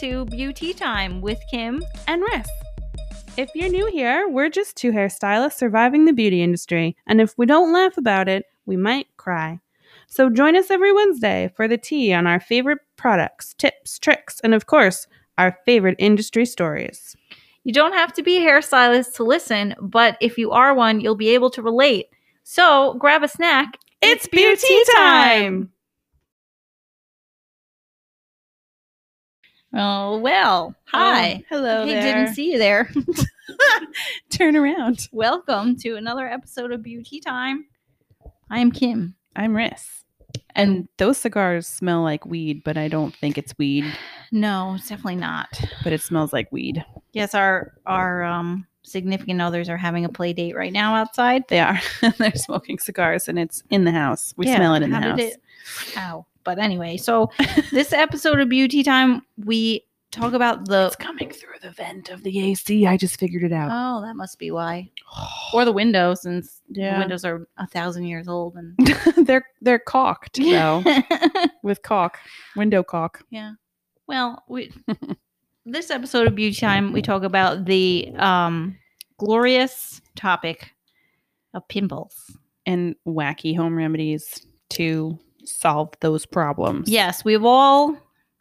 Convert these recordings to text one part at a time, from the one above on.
to Beauty Time with Kim and Riff. If you're new here, we're just two hairstylists surviving the beauty industry, and if we don't laugh about it, we might cry. So join us every Wednesday for the tea on our favorite products, tips, tricks, and of course, our favorite industry stories. You don't have to be a hairstylist to listen, but if you are one, you'll be able to relate. So grab a snack. It's beauty time! Oh, well. Hi. Oh, hello. hey, there. didn't see you there. Turn around. Welcome to another episode of Beauty Time. I am Kim. I'm Riss. And those cigars smell like weed, but I don't think it's weed, No, it's definitely not. but it smells like weed. Yes, our our um significant others are having a play date right now outside. They are. They're smoking cigars and it's in the house. We Yeah, smell it in the how house. did it- ow. But anyway, so this episode of Beauty Time, we talk about the It's coming through the vent of the AC. I just figured it out. Oh, that must be why. Or the window, since the Yeah. windows are a thousand years old and they're they're caulked though with caulk, window caulk. Yeah. Well, we this episode of Beauty Time we talk about the um glorious topic of pimples. and wacky home remedies to solve those problems. Yes, we've all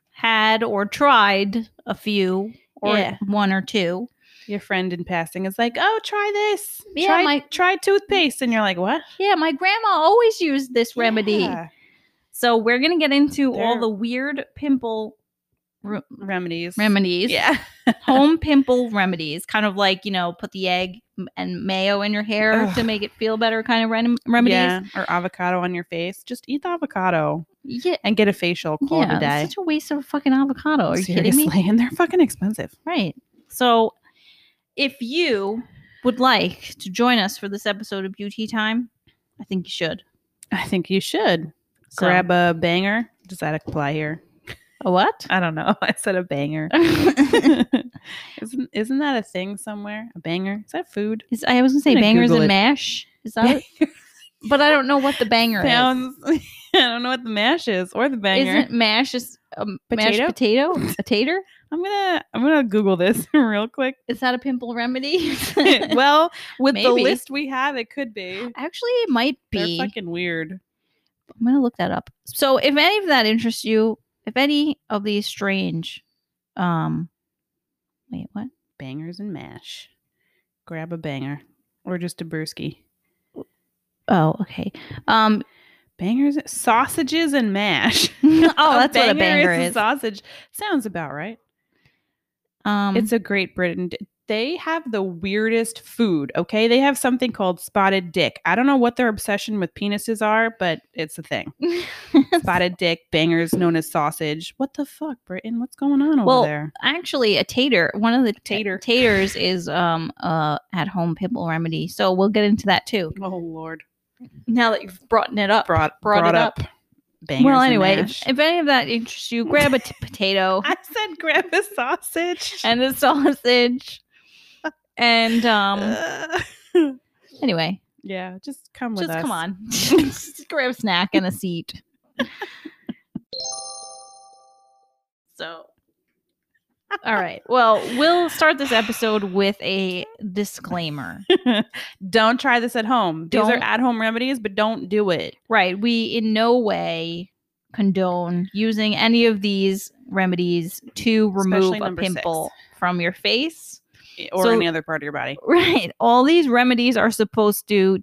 had or tried a few or Yeah. one or two. Your friend in passing is like, "Oh, try this. Yeah, try, my- try toothpaste," and you're like, "What Yeah, my grandma always used this remedy. Yeah. So we're going to get into all They're- the weird pimple re- remedies? remedies. Yeah. Home pimple remedies, kind of like, you know, put the egg m- and mayo in your hair to Ugh. make it feel better kind of rem- remedies. Yeah. Or avocado on your face. Just eat the avocado Yeah. and get a facial. Call it yeah, a day. it's such a waste of a fucking avocado. Are you kidding me? Seriously, and they're fucking expensive. Right. So, if you would like to join us for this episode of Beauty Time, I think you should. I think you should So- grab a banger. Does that apply here? a what? I don't know. I said a banger. Is- isn't isn't that a thing somewhere? A banger? Is that food? I was gonna say I'm gonna bangers Google and it. mash. Is that? but I don't know what the banger Sounds. I don't know what the mash is or the is. banger. Isn't mash just a m- mashed potato? A tater? I'm gonna I'm gonna Google this real quick. Is that a pimple remedy? well, with the Maybe. list we have, it could be. Actually, it might be. They're fucking weird. I'm gonna look that up. So if any of that interests you, if any of these strange um wait, what? Bangers and mash. Grab a banger or just a brewski. Oh, okay. Um Bangers, sausages and mash. oh that's what a banger a is. Sausage sounds about right. Um It's a Great Britain. d- They have the weirdest food. Okay, they have something called spotted dick. I don't know what their obsession with penises are, but it's a thing. Spotted dick, bangers known as sausage. What the fuck, Britain? What's going on Well, over there? actually a tater. One of the ta- Tater. taters is um uh at home pimple remedy. So we'll get into that too. Oh Lord, Now that you've brought it up. brought Brought brought, it up. Bangers well, and anyway, if, mash. if any of that interests you, grab a t- potato I said grab a sausage. and a sausage. And um Uh, anyway, yeah, just come with just us. come on. just grab a snack and a seat. so all right. Well, we'll start this episode with a disclaimer. on. don't try this at home. These Don't- are at-home remedies, but don't do it. Right. We in no way condone using any of these remedies to remove Especially a number six. pimple from your face. eh, Or So- any other part of your body. Right. All these remedies are supposed to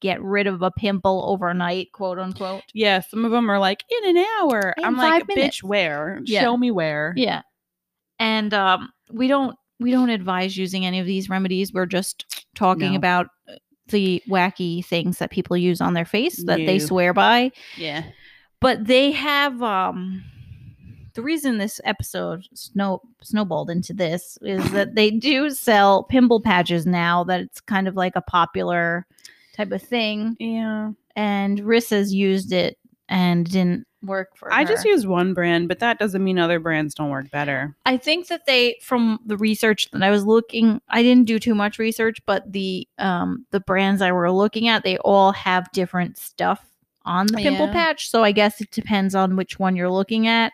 get rid of a pimple overnight, quote unquote. Yeah, some of them are like in an hour. In I'm like, five minutes." bitch, where? Yeah. Show me where. Yeah. And um we don't we don't advise using any of these remedies. We're just talking No. about uh, the wacky things that people use on their face that they No. swear by. Yeah. but they have um the reason this episode snow snowballed into this is that they do sell pimple patches now that it's kind of like a popular type of thing Yeah. and Riss has used it and didn't work for I just her. use one brand, but that doesn't mean other brands don't work better. I think that they from the research that I was looking I didn't do too much research but the um the brands I were looking at they all have different stuff on the pimple Yeah. patch so I guess it depends on which one you're looking at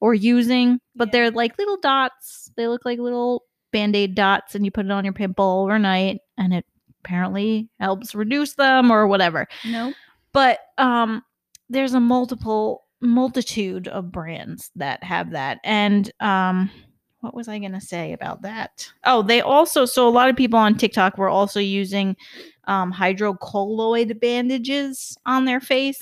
or using, but Yeah. they're like little dots. They look like little band aid dots, and you put it on your pimple overnight, and it apparently helps reduce them or whatever. Nope. But um, there's a multiple multitude of brands that have that, and um, what was I going to say about that? Oh, they also so a lot of people on TikTok were also using um, hydrocolloid bandages on their face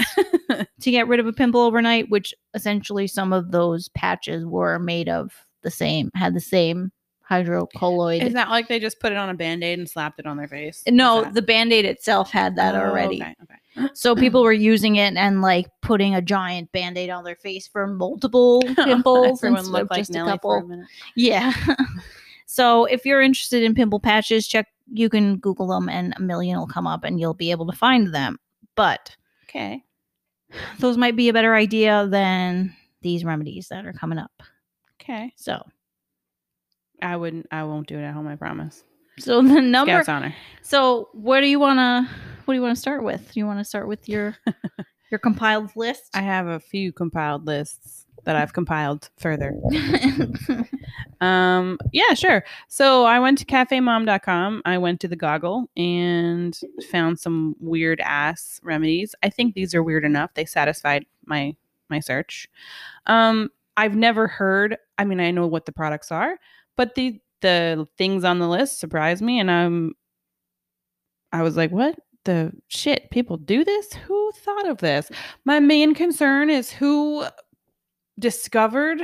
to get rid of a pimple overnight, which essentially some of those patches were made of the same had the same hydrocolloid. Is that like they just put it on a band aid and slapped it on their face? no, Is that- the band aid itself had that Oh, already. Okay, okay. So people were using it and like putting a giant band aid on their face for multiple pimples Oh, Everyone and looked like just Nelly a for a couple. minute. Yeah. so if you're interested in pimple patches, check you can Google them and a million will come up and you'll be able to find them. But Okay. those might be a better idea than these remedies that are coming up. Okay. So I wouldn't. I won't do it at home. I promise. so the number Scouts honor. so what do you wanna what do you wanna start with? You wanna start with your your compiled list? I have a few compiled lists that I've compiled further. Mm-hmm. Um, yeah, sure. So I went to cafemom.com. I went to the goggle and found some weird ass remedies. I think these are weird enough. They satisfied my my search. Um, I've never heard. I mean, I know what the products are, but the the things on the list surprised me, and I'm. I was like, what the shit? People do this? Who thought of this? My main concern is who discovered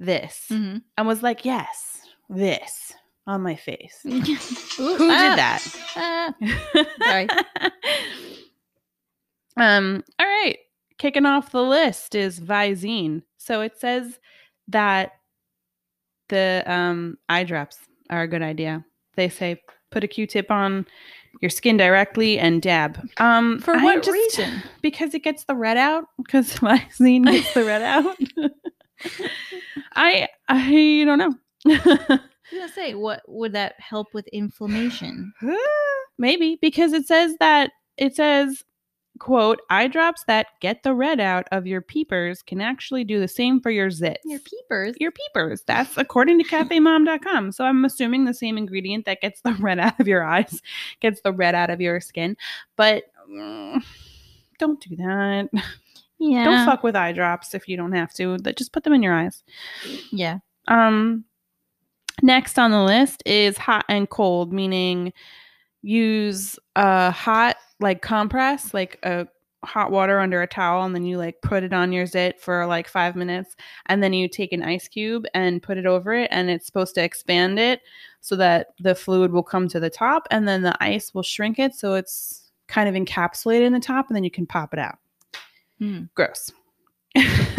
this Mhm. and was like, yes, this on my face. Ooh, Who ah, did that? ah. Sorry. um, all right. Kicking off the list is Visine. So it says that the um, eye drops are a good idea. They say put a Q-tip on your skin directly and dab. Um, For I what just- reason? Because it gets the red out. Because Visine gets the red out. I I don't know. I was gonna say, what would that help with inflammation? Huh? Maybe because it says that it says quote eye drops that get the red out of your peepers can actually do the same for your zits. Your peepers. Your peepers. That's according to cafemom.com. So I'm assuming the same ingredient that gets the red out of your eyes gets the red out of your skin. But mm, don't do that. yeah. Don't fuck with eye drops if you don't have to. That- Just put them in your eyes. Yeah. Um, next on the list is hot and cold, meaning use a hot like compress, like a hot water under a towel, and then you like put it on your zit for like five minutes, and then you take an ice cube and put it over it, and it's supposed to expand it so that the fluid will come to the top, and then the ice will shrink it so it's kind of encapsulated in the top, and then you can pop it out. Hmm. Gross.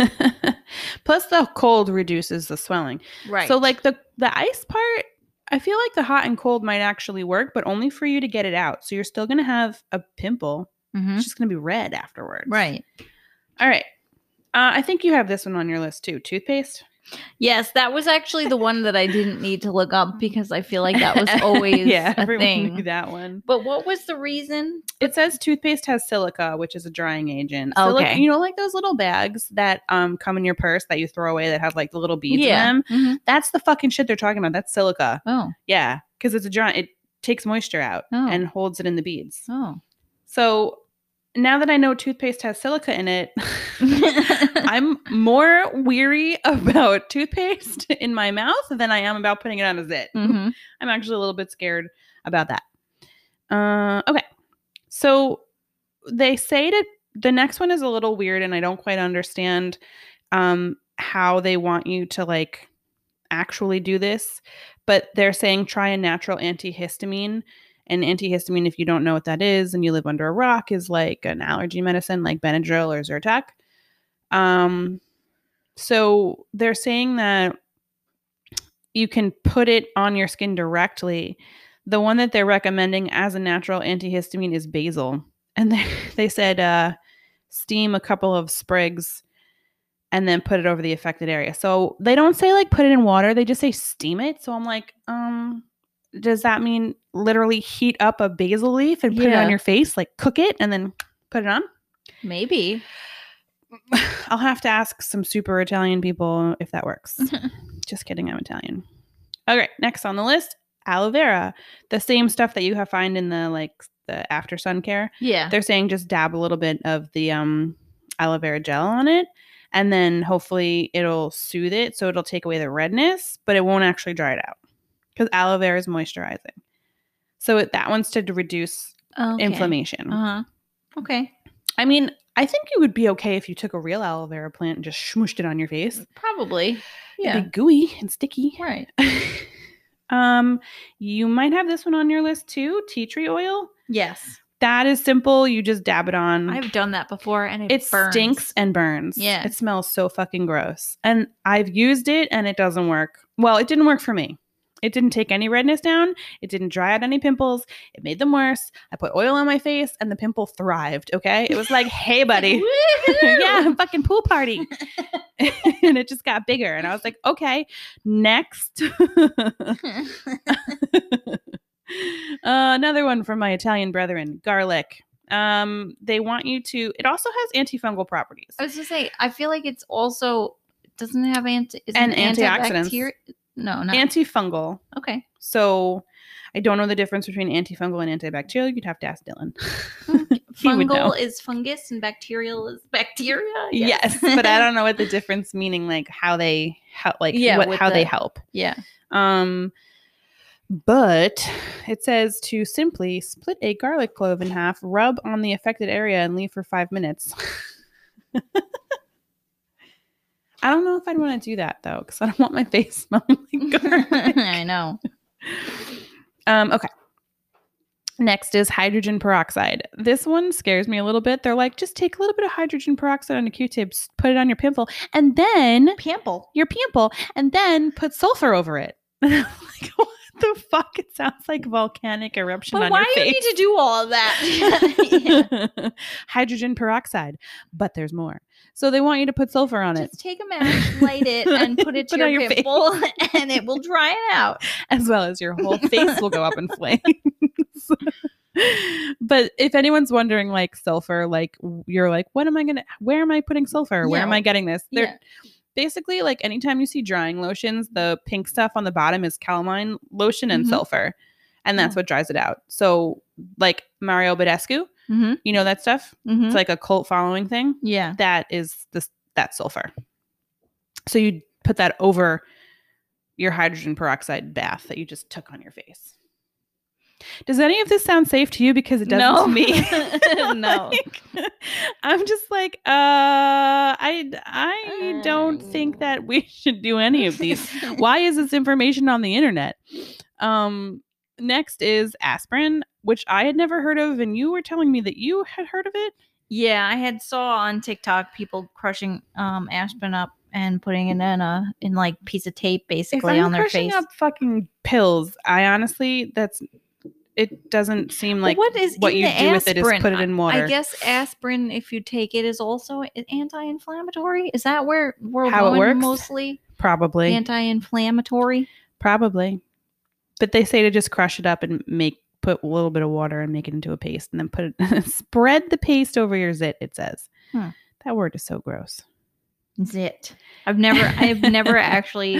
Plus, the cold reduces the swelling. Right. So like the the ice part, I feel like the hot and cold might actually work, but only for you to get it out. So you're still gonna have a pimple. Mhm. It's just gonna be red afterwards. right. All right. Uh, I think you have this one on your list too. Toothpaste. Yes, that was actually the one that I didn't need to look up because I feel like that was always yeah, a everyone thing. knew that one. But what was the reason? It says toothpaste has silica, which is a drying agent. Silica- Okay. you know, like those little bags that um come in your purse that you throw away that have like the little beads in them. Mhm. That's the fucking shit they're talking about. That's silica. Oh. Yeah, because it's a dry. It takes moisture out Oh. and holds it in the beads. Oh. So now that I know toothpaste has silica in it, I'm more weary about toothpaste in my mouth than I am about putting it on a zit. Mhm. I'm actually a little bit scared about that. Uh, okay. So they say to the next one is a little weird, and I don't quite understand um, how they want you to like actually do this, but they're saying try a natural antihistamine. And antihistamine, if you don't know what that is and you live under a rock, is like an allergy medicine like Benadryl or Zyrtec. Um, so they're saying that you can put it on your skin directly. The one that they're recommending as a natural antihistamine is basil. And they, they said uh, steam a couple of sprigs and then put it over the affected area. So they don't say like put it in water, they just say steam it. So I'm like, um, does that mean literally heat up a basil leaf and put it Yeah. on your face, like cook it and then put it on? Maybe. I'll have to ask some super Italian people if that works. Mm-hmm. Just kidding, I'm Italian. Okay, next on the list, aloe vera. The same stuff that you have find in the like the after sun care. Yeah. They're saying just dab a little bit of the um aloe vera gel on it and then hopefully it'll soothe it so it'll take away the redness, but it won't actually dry it out. Cuz aloe vera is moisturizing. So it, that one's to d- reduce Okay. inflammation. Uh-huh. Okay. I mean, I think you would be okay if you took a real aloe vera plant and just smooshed it on your face. Probably. It'd be gooey and sticky. Right. um, you might have this one on your list too, tea tree oil. Yes. That is simple. You just dab it on. I've done that before and it, Mm. it burns. stinks and burns. Yeah. It smells so fucking gross. And I've used it and it doesn't work. Well, it didn't work for me. It didn't take any redness down. It didn't dry out any pimples. It made them worse. I put oil on my face and the pimple thrived. Okay. It was like, hey, buddy. yeah, fucking pool party. and it just got bigger. And I was like, okay, next. Uh, another one from my Italian brethren, garlic. Um, they want you to, it also has antifungal properties. I was gonna say, I feel like it's also doesn't have anti is And antioxidants. No, not Antifungal. okay. So I don't know the difference between antifungal and antibacterial. You'd have to ask Dylan. He would know. Fungal is fungus and bacterial is bacteria. Yes. but I don't know what the difference meaning like how they how like Yeah, what, with how they the- help. Yeah. Um, but it says to simply split a garlic clove in half, rub on the affected area, and leave for five minutes. I don't know if I'd want to do that though, because I don't want my face smelling like garlic. I know. um, okay. Next is hydrogen peroxide. This one scares me a little bit. They're like, just take a little bit of hydrogen peroxide on a Q-tip, s- put it on your pimple, and then Pample. your pimple and then put sulfur over it. And I'm like, what the fuck? It sounds like volcanic eruption But on why your do you face. need to do all of that? Yeah. Hydrogen peroxide, but there's more. So they want you to put sulfur on it Just take a match, light it, and put it to Put it on your, your face. pimple, and it will dry it out. as well as your whole face will go up in flames. but if anyone's wondering like sulfur, like w- you're like, what am I going to where am I putting sulfur? Where am Yeah. I getting this? They're Yeah. basically like anytime you see drying lotions, the pink stuff on the bottom is calamine lotion and Mhm. sulfur. And that's Oh. what dries it out. So like Mario Badescu, Mm-hmm. you know that stuff? It's like a cult following thing. yeah. That is this that sulfur. So you put that over your hydrogen peroxide bath that you just took on your face. Does any of this sound safe to you? Because it doesn't no. to me. no. Like, I'm just like, uh, I I don't Mm. think that we should do any of these. Why is this information on the internet? Um, next is aspirin, which I had never heard of, and you were telling me that you had heard of it. Yeah, I had saw on TikTok people crushing um aspirin up and putting it in a in like piece of tape basically if I'm on their crushing face. up fucking pills, I honestly that's it doesn't seem But like what is what in you the do with it is aspirin? put it in water. I guess aspirin, if you take it, is also a- anti-inflammatory. Is that where we're How it going works? mostly probably, anti-inflammatory? probably, but they say to just crush it up and make put a little bit of water and make it into a paste, and then put it spread the paste over your zit. It says Hmm. that word is so gross. Zit. I've never, I've never actually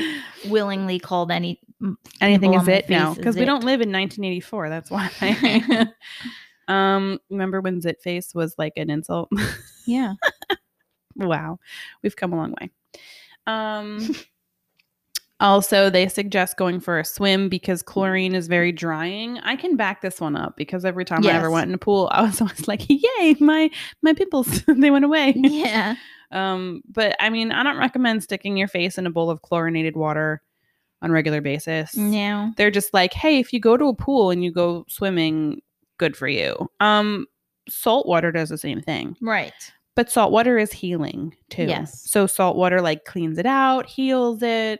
willingly called any. anything people is on my it now face is because we it. don't live in 1984 that's why um remember when zit face was like an insult Yeah. wow we've come a long way um also they suggest going for a swim because chlorine is very drying i can back this one up because every time i ever Yes. went in a pool i was always like yay my my pimples they went away Yeah. um, but I mean, I don't recommend sticking your face in a bowl of chlorinated water on a regular basis. No. They're just like, hey, if you go to a pool and you go swimming, good for you. Um, salt water does the same thing, Right. but salt water is healing too. Yes. So salt water like cleans it out, heals it,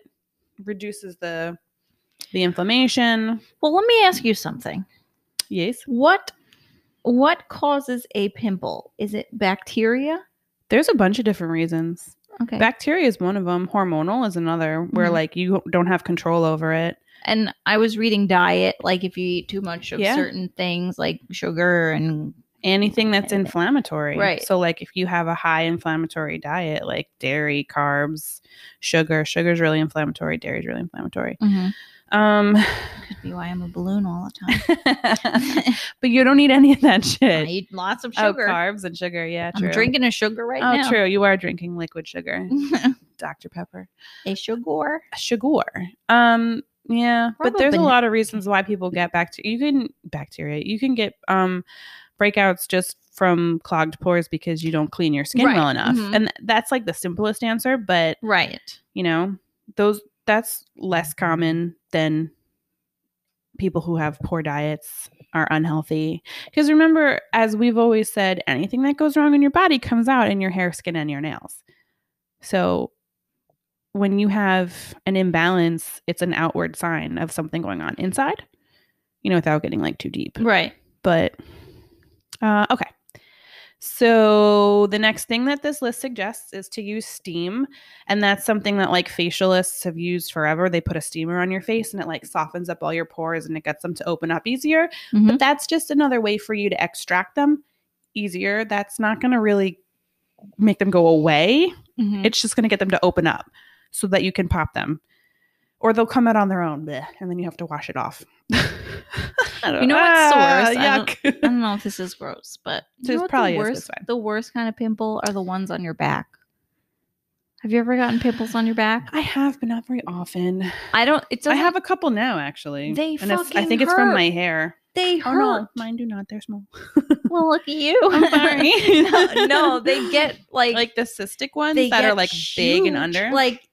reduces the the inflammation. Well, let me ask you something. Yes. What what causes a pimple? Is it bacteria? There's a bunch of different reasons. Okay. Bacteria is one of them. Hormonal is another, where Mhm. like you don't have control over it. and I was reading diet, like if you eat too much of Yeah. certain things like sugar and anything that's Anything. inflammatory. Right. So like if you have a high inflammatory diet, like dairy, carbs, sugar, sugar's really inflammatory, dairy's really inflammatory. Um Could be why I'm a balloon all the time. but you don't need any of that I shit. eat lots of Oh, sugar. carbs and sugar, yeah, true. I'm drinking a sugar right oh, now. Mm-hmm. true. You are drinking liquid sugar. Dr. Pepper. a sugar. Sugar. Um, yeah, but there's a Probably. lot of reasons why people get bacteria. You can bacteria. You can get um breakouts just from clogged pores because you don't clean your skin Right, well enough. mhm. And th- that's like the simplest answer, but Right. you know, those that's less common than people who have poor diets are unhealthy. Cuz remember as we've always said, anything that goes wrong in your body comes out in your hair, skin and your nails. So when you have an imbalance, it's an outward sign of something going on inside. You know, without getting like too deep Right. but uh, okay. So the next thing that this list suggests is to use steam, and that's something that like facialists have used forever. They put a steamer on your face, and it like softens up all your pores, and it gets them to open up easier. Mhm. But that's just another way for you to extract them easier. That's not going to really make them go away. Mhm. It's just going to get them to open up so that you can pop them, or they'll come out on their own, bleh, and then you have to wash it off. You know what's the worst? I don't- Ah, Yuck. I don't know if this is gross, but you This know what probably the is worst, this one. the worst kind of pimple are the ones on your back. Have you ever gotten pimples on your back? I have, but not very often. I don't. It I doesn't. have a couple now, actually. They and it's, I fucking think it's from hurt. my hair. they Oh hurt. no, mine do not. They're small. Well, look at you. I'm sorry. no, no, they get like, like the cystic ones they that are get like big huge, and under. like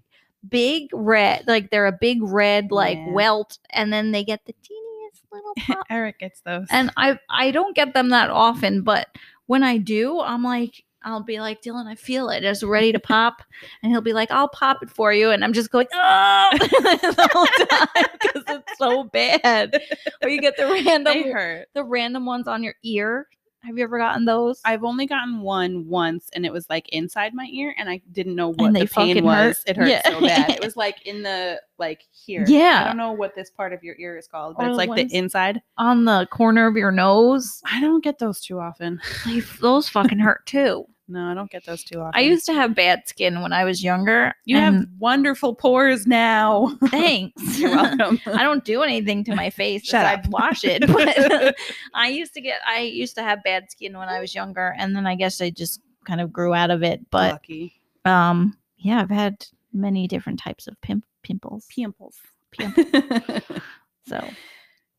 big red, like they're a big red like Yeah. welt, and then they get the teeniest little pop. Eric gets those. and I I don't get them that often, but when I do, I'm like I'll be like Dylan, I feel it, it's ready to pop, and he'll be like, I'll pop it for you, and I'm just going oh the whole time because it's so bad. Or you get the they random hurt. the random ones on your ear. Have you ever gotten those? I've only gotten one once, and it was like inside my ear, and I didn't know And what they the pain fucking was. hurt. It hurt Yeah. so bad. It was like in the like here. I yeah, don't know what this part of your ear is called, but Or it's the like ones- the inside. on the corner of your nose. I don't get those too often. They, those fucking hurt too. No, I don't get those too often. I used to have bad skin when I was younger. You have and wonderful pores now. thanks. You're welcome. I don't do anything to my face Shut except up. wash it. But I used to get I used to have bad skin when I was younger and then I guess I just kind of grew out of it. But lucky um yeah, I've had many different types of pimp pimples. pimples. Pimple. So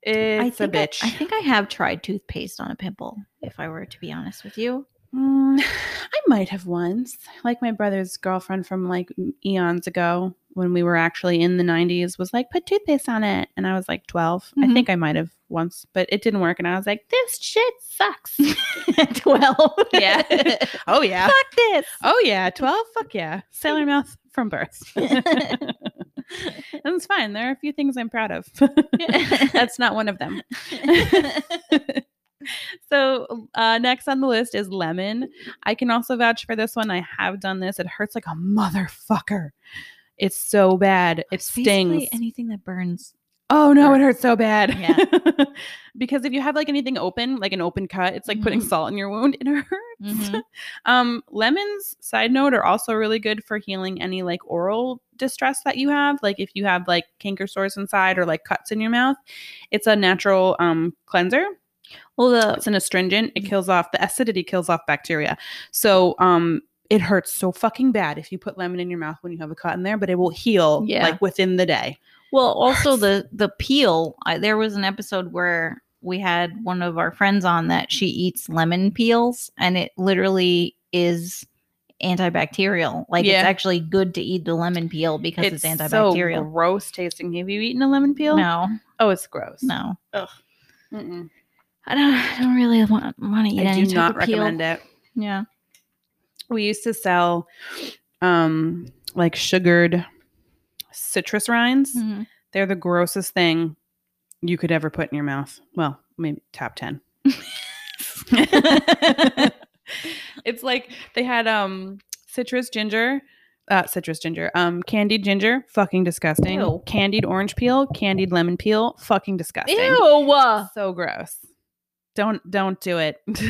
I it's a think bitch. I, I think I have tried toothpaste on a pimple, if I were to be honest with you. Mm, I might have once, like my brother's girlfriend from like eons ago, when we were actually in the '90s, was like, "Put toothpaste on it," and I was like 12 I Mhm. think I might have once, but it didn't work, and I was like, "This shit sucks." At Twelve. Yeah. oh yeah. Fuck this. Oh yeah. Twelve. Fuck yeah. Sailor mouth from birth. That's fine. There are a few things I'm proud of. That's not one of them. so uh, next on the list is lemon. I can also vouch for this one. I have done this. It hurts like a motherfucker. It's so bad. It stings. Basically anything that burns. oh no, it hurt. hurts so bad. Yeah. because if you have like anything open, like an open cut, it's like putting Mhm. salt in your wound. It hurts. Mhm. Um, lemons, side note, are also really good for healing any like oral distress that you have. Like if you have like canker sores inside or like cuts in your mouth, it's a natural um cleanser. Well, the It's an astringent. Mm-hmm. It kills off the acidity, kills off bacteria. So um, it hurts so fucking bad if you put lemon in your mouth when you have a cut in there, but it will heal Yeah. like within the day. well, also the the peel. I, there was an episode where we had one of our friends on that she eats lemon peels, and it literally is antibacterial. Like Yeah. it's actually good to eat the lemon peel because it's, So antibacterial. gross tasting. Have you eaten a lemon peel? no, Oh, it's gross. no, Mm-mm. I don't. I don't really want want to eat I any do type not of peel. recommend it. Yeah. we used to sell um like sugared citrus rinds Mhm. they're the grossest thing you could ever put in your mouth well maybe top 10 it's like they had um citrus ginger uh, citrus ginger um candied ginger fucking disgusting Ew. candied orange peel candied lemon peel fucking disgusting Ew. so gross Don't don't do it.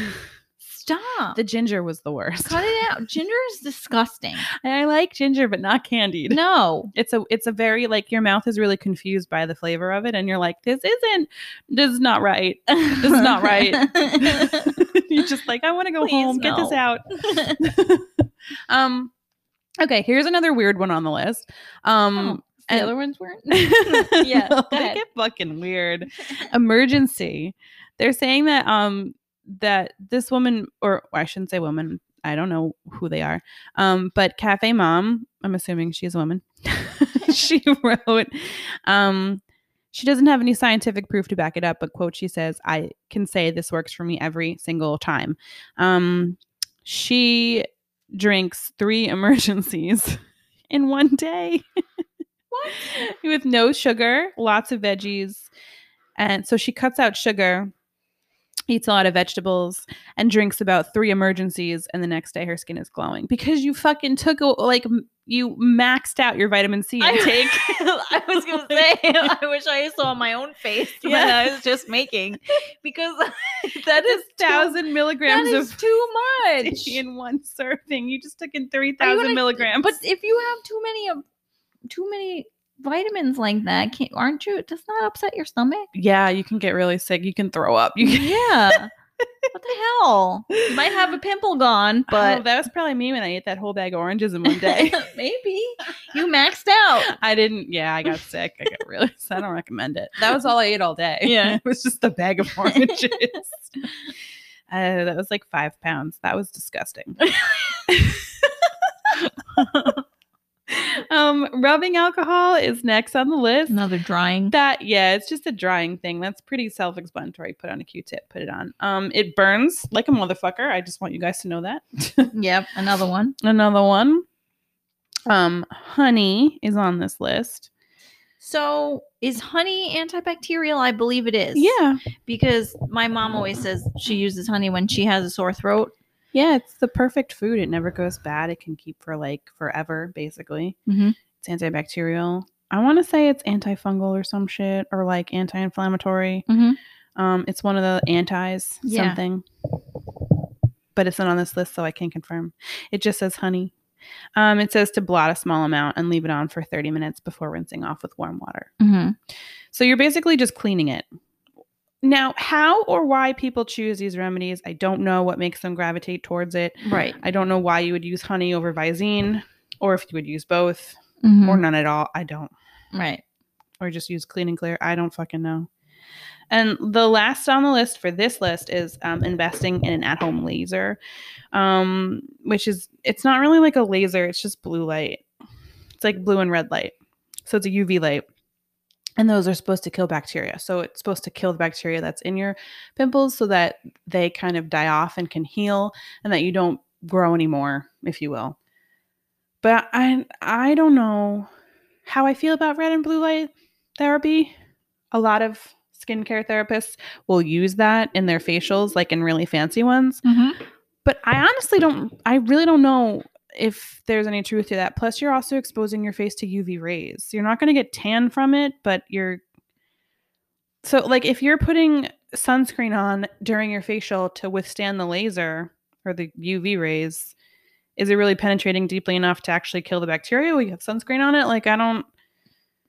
Stop. the ginger was the worst. Cut it out. Ginger is disgusting. And I like ginger, but not candied. No. It's a it's a very like your mouth is really confused by the flavor of it, and you're like, this isn't this is not right. This is not right. Um, you're just like, I want to go Please, home, get this no. out. um okay, here's another weird one on the list. Um Oh, the other ones weren't. yeah, Yeah, go they ahead. get fucking weird. Emergency. They're saying that um that this woman or I shouldn't say woman. I don't know who they are. Um, but Cafe Mom, I'm assuming she's a woman. she wrote, um, she doesn't have any scientific proof to back it up, but quote, she says, I can say this works for me every single time. Um, she drinks three emergencies in one day. What? With no sugar, lots of veggies. And so she cuts out sugar, eats a lot of vegetables, and drinks about three emergencies. And the next day her skin is glowing because you fucking took, a, like, m- you maxed out your vitamin C I- intake. I was gonna say, I wish I saw my own face that Yeah. I was just making because that is too- thousand That milligrams is of too much. in one serving. You just took in Are three you thousand gonna- milligrams. But if you have too many of too many vitamins like that, can't, aren't you? Does not upset your stomach? yeah, you can get really sick. You can throw up. You can, Yeah. what the hell? You might have a pimple gone, but but oh, that was probably me when I ate that whole bag of oranges in one day. maybe you maxed out. I didn't. Yeah, I got sick. I got really. So I don't recommend it. That was all I ate all day. Yeah. it was just a bag of oranges. Uh, that was like five pounds. That was disgusting. um, rubbing alcohol is next on the list. Another drying. That yeah, it's just a drying thing. That's pretty self-explanatory. Put on a Q-tip, put it on. Um, it burns like a motherfucker. I just want you guys to know that. Yep, another one. Another one. Um, honey is on this list. So is honey antibacterial? I believe it is. Yeah, Because my mom always says she uses honey when she has a sore throat. yeah, it's the perfect food. It never goes bad. It can keep for like forever, basically. Mhm. It's antibacterial. I want to say it's antifungal or some shit, or like anti-inflammatory. Mhm. Um, it's one of the antis Yeah. something. But it's not on this list, so I can't confirm. It just says honey. Um, it says to blot a small amount and leave it on for 30 minutes before rinsing off with warm water. Mhm. So you're basically just cleaning it. Now, how or why people choose these remedies, I don't know what makes them gravitate towards it. Right. I don't know why you would use honey over Visine, or if you would use both, or Mhm. none at all. I don't Right. or just use clean and clear. I don't fucking know. And the last on the list for this list is um, investing in an at-home laser, um, which is it's not really like a laser; it's just blue light. It's like blue and red light, so it's a UV light, and those are supposed to kill bacteria. So it's supposed to kill the bacteria that's in your pimples, so that they kind of die off and can heal, and that you don't grow anymore, if you will. But I I don't know how I feel about red and blue light therapy. A lot of skincare therapists will use that in their facials, like in really fancy ones. Mhm. But I honestly don't, I really don't know if there's any truth to that. Plus, you're also exposing your face to UV rays. You're not going to get tan from it, but you're. So, like, if you're putting sunscreen on during your facial to withstand the laser or the UV rays, is it really penetrating deeply enough to actually kill the bacteria? Will you have sunscreen on it? Like, I don't.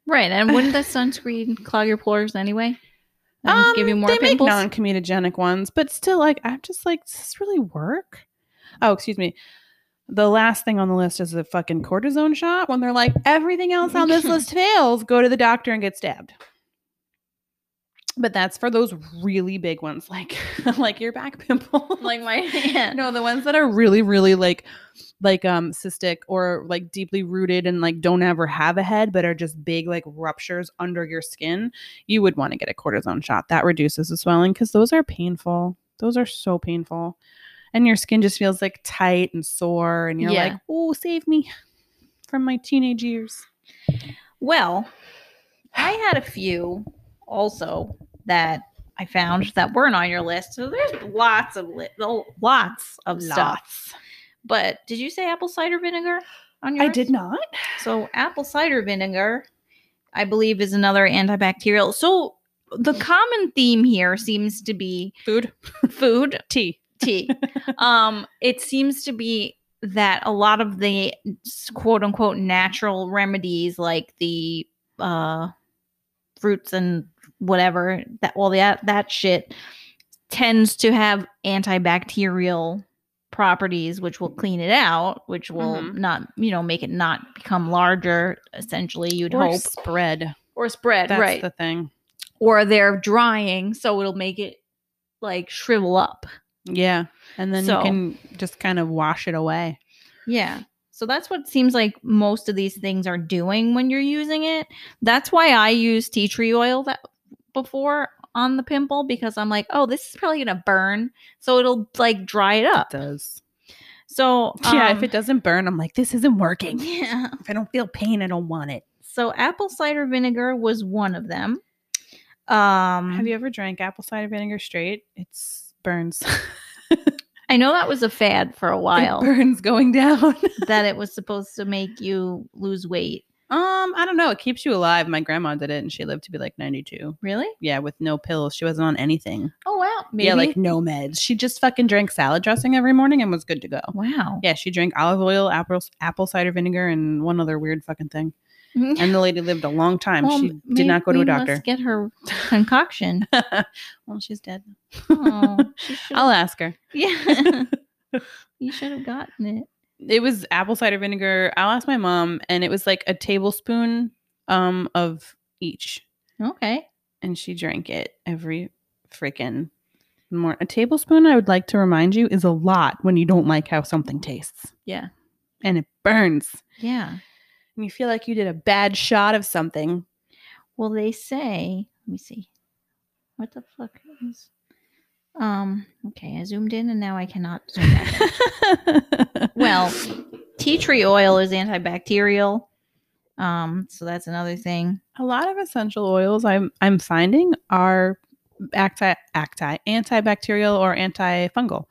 Right. And wouldn't the sunscreen clog your pores anyway? And give you more Um, they pimples? make non-comedogenic ones, but still, like I'm just like, does this really work? Oh, excuse me. The last thing on the list is the fucking cortisone shot. When they're like, everything else on this list fails, go to the doctor and get stabbed. But that's for those really big ones, like like your back pimple, like my hand. no, the ones that are really, really like like um cystic or like deeply rooted and like don't ever have a head but are just big like ruptures under your skin, you would want to get a cortisone shot. That reduces the swelling because those are painful. Those are so painful. And your skin just feels like tight and sore, and you're Yeah. like, oh, save me from my teenage years. Well, I had a few also that I found that weren't on your list. So there's lots of li- oh, lots of stuff. But did you say apple cider vinegar on your I did not. So apple cider vinegar, I believe, is another antibacterial. So the common theme here seems to be Food, food, tea. tea. um, it seems to be that a lot of the quote unquote natural remedies, like the uh, fruits and whatever, that all that that shit tends to have antibacterial properties which will clean it out which will Mhm. not you know make it not become larger essentially you'd Or hope spread. or spread That's right the thing. or they're drying so it'll make it like shrivel up Yeah. And then So- you can just kind of wash it away. Yeah. So that's what seems like most of these things are doing when you're using it. That's why I use tea tree oil that before on the pimple because I'm like, oh, this is probably gonna burn, so it'll like dry it up. does. So yeah, if um, it doesn't burn, I'm like, this isn't working. yeah. If I don't feel pain, I don't want it. So apple cider vinegar was one of them. Um, Have you ever drank apple cider vinegar straight? It's burns. I know that was a fad for a It while burns going down. that it was supposed to make you lose weight. Um, I don't know. It keeps you alive. My grandma did it, and she lived to be like ninety-two. Really? Yeah, with no pills. She wasn't on anything. Oh wow. Maybe. Yeah, like no meds. She just fucking drank salad dressing every morning and was good to go. wow. Yeah, she drank olive oil, apple apple cider vinegar, and one other weird fucking thing. And the lady lived a long time. Well, she m- did not maybe go to we a must doctor. get her concoction. well, she's dead. oh, she should. I'll ask her. Yeah, you should have gotten it. It was apple cider vinegar. I'll ask my mom, and it was like a tablespoon um of each. Okay. and she drank it every freaking morning. A tablespoon, I would like to remind you, is a lot when you don't like how something tastes. Yeah. And it burns. Yeah. And you feel like you did a bad shot of something. Well, they say. Let me see. What the fuck is? Um. Okay, I zoomed in, and now I cannot. Zoom back. well, tea tree oil is antibacterial. Um. So that's another thing. a lot of essential oils I'm I'm finding are acti, acti antibacterial or antifungal,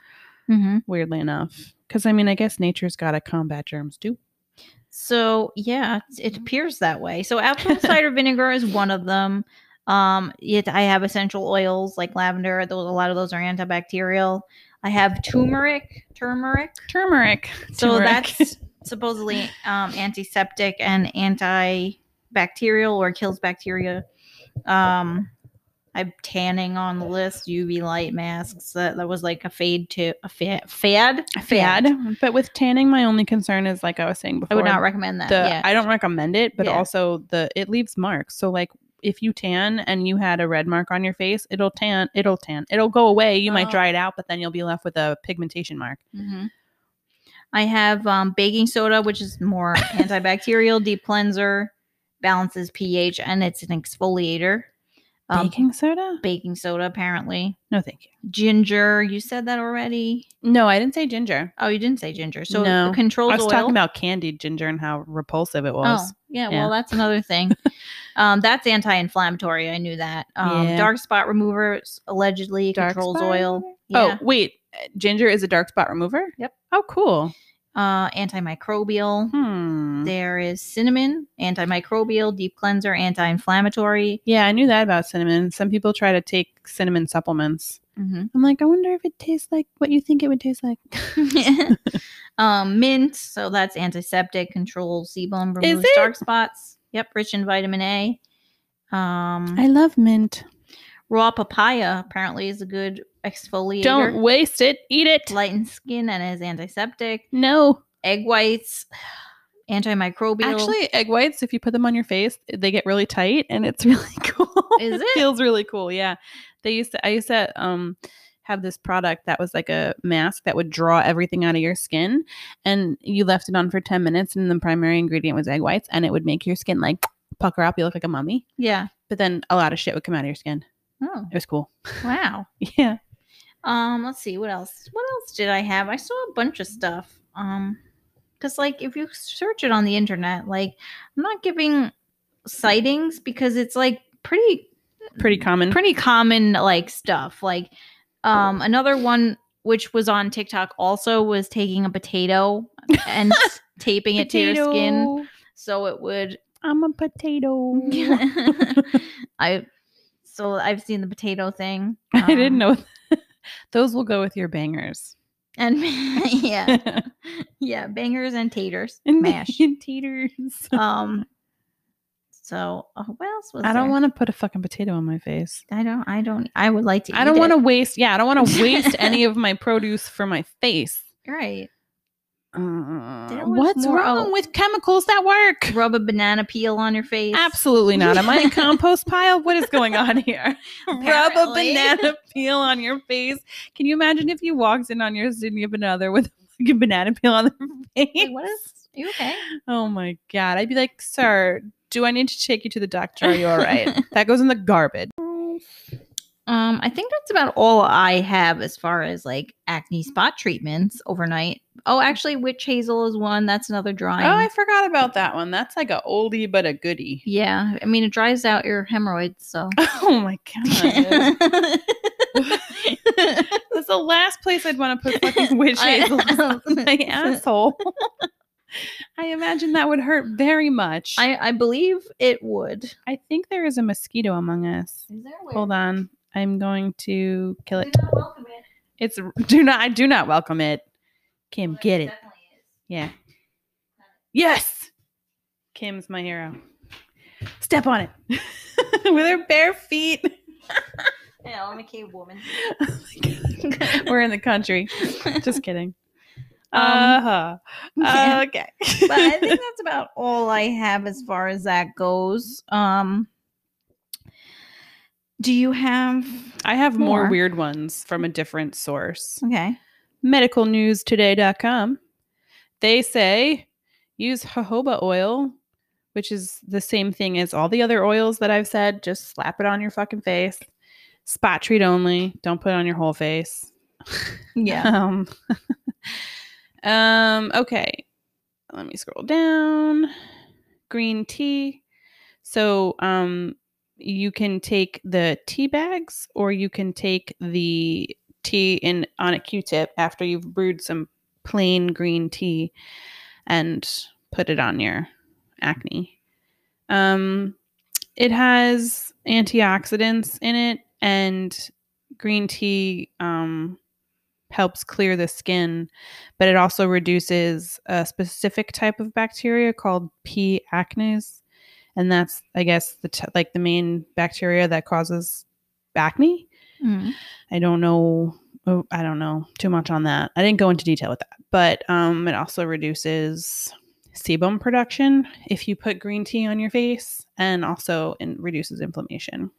Mm-hmm. weirdly enough. Because I mean, I guess nature's got to combat germs too. So yeah, it's- it Mm-hmm. appears that way. So apple cider vinegar is one of them. Um, yet I have essential oils like lavender. Those a lot of those are antibacterial. I have turmeric, turmeric. Turmeric. So Turmeric. that's supposedly um, antiseptic and antibacterial or kills bacteria. Um, I'm tanning on the list. UV light masks. That, that was like a fade to a fa- fad. a fad. But with tanning, my only concern is like I was saying before. I would not recommend that. the yeah. I don't recommend it, but Yeah. also the it leaves marks. So like if you tan and you had a red mark on your face, it'll tan, it'll tan, it'll go away. You might Oh. dry it out, but then you'll be left with a pigmentation mark. hmm I have um, baking soda, which is more antibacterial, deep cleanser, balances pH, and it's an exfoliator. Um, baking? Baking soda? soda, apparently. No, thank you. Ginger, you said that already. No, I didn't say ginger. Oh, you didn't say ginger. So No. the controls I was oil. talking about candied ginger and how repulsive it was. Oh, yeah, Yeah. Well, that's another thing. um, that's anti-inflammatory. I knew that. Um, Yeah. Dark spot remover s- allegedly Dark controls spot oil. remover? Yeah. Oh, wait. Ginger is a dark spot remover? Yep. Oh, cool. Uh, antimicrobial. Hmm. There is cinnamon, antimicrobial, deep cleanser, anti-inflammatory. Yeah, I knew that about cinnamon. Some people try to take cinnamon supplements. hmm I'm like, I wonder if it tastes like what you think it would taste like. um, mint, so that's antiseptic, controls sebum, Is removes it? dark spots. Yep, rich in vitamin A. Um, I love mint. raw papaya apparently is a good exfoliator, Don't waste it. Eat it. lightens skin and is antiseptic. No. Egg whites, antimicrobial. Actually, egg whites, if you put them on your face, they get really tight and it's really cool. Is it? feels really cool. Yeah. They used to I used to um have this product that was like a mask that would draw everything out of your skin and you left it on for 10 minutes and the primary ingredient was egg whites and it would make your skin like pucker up, you look like a mummy. yeah. But then a lot of shit would come out of your skin. Oh It was cool. wow. Yeah. Um, let's see what else. What else did I have? I saw a bunch of stuff. Um, because like if you search it on the internet, like I'm not giving sightings because it's like pretty Pretty common. Mm. pretty common like stuff. Like, um, another one which was on TikTok also was taking a potato and taping it to your skin Potato. so it would. I'm a potato. I So I've seen the potato thing. I didn't um, know. Those will go with your bangers. And yeah, yeah, bangers and taters and mash. and taters. Um. So uh, what else was? I don't there? want to put a fucking potato on my face. I don't. I don't. I would like to. I don't want want to waste. Yeah, I don't want to waste any of my produce for my face. to. Right. Uh, was what's more- wrong oh. with chemicals that work? Rub a banana peel on your face. Absolutely not. Am I in compost pile? What is going on here? Rub a Apparently. banana peel on your face. Can you imagine if you walked in on your significant other with a fucking banana peel on their face? Wait, what is? You okay? Oh my god! I'd be like, sir, do I need to take you to the doctor? Are you all right? that goes in the garbage. Um, I think that's about all I have as far as like acne spot treatments overnight. Oh, actually, witch hazel is one. That's another drying. Oh, I forgot about that one. That's like a oldie but a goodie. yeah, I mean it dries out your hemorrhoids. So Oh my god! I That's the last place I'd want to put fucking witch I- hazel. on my asshole. I imagine that would hurt very much. I, I believe it would. I think there is a mosquito among us. Is there a Hold on, I'm going to kill Do it. not welcome it. It's do not. I do not welcome it. Kim, but get it. definitely is. Yeah. Yes. Kim's my hero. Step on it with her bare feet. Yeah, I'm a cave woman. Oh my God. We're in the country. Just kidding. Um, Uh-huh. Yeah. Okay. Uh, but I think that's about all I have as far as that goes. Um, do you have? I have more More. weird ones from a different source. Okay. Medicalnewstoday.com. They say use jojoba oil, which is the same thing as all the other oils that I've said. Just slap it on your fucking face. Spot treat only. Don't put it on your whole face. Yeah. Um, um, okay. Let me scroll down. Green tea. So um, you can take the tea bags or you can take the tea in on a Q-tip after you've brewed some plain green tea and put it on your acne. Um, it has antioxidants in it and green tea um, helps clear the skin, but it also reduces a specific type of bacteria called P. acnes, and that's I guess the t- like the main bacteria that causes acne. Mm. I don't know. Oh, I don't know too much on that. I didn't go into detail with that, but um, it also reduces sebum production if you put green tea on your face, and also in, reduces inflammation.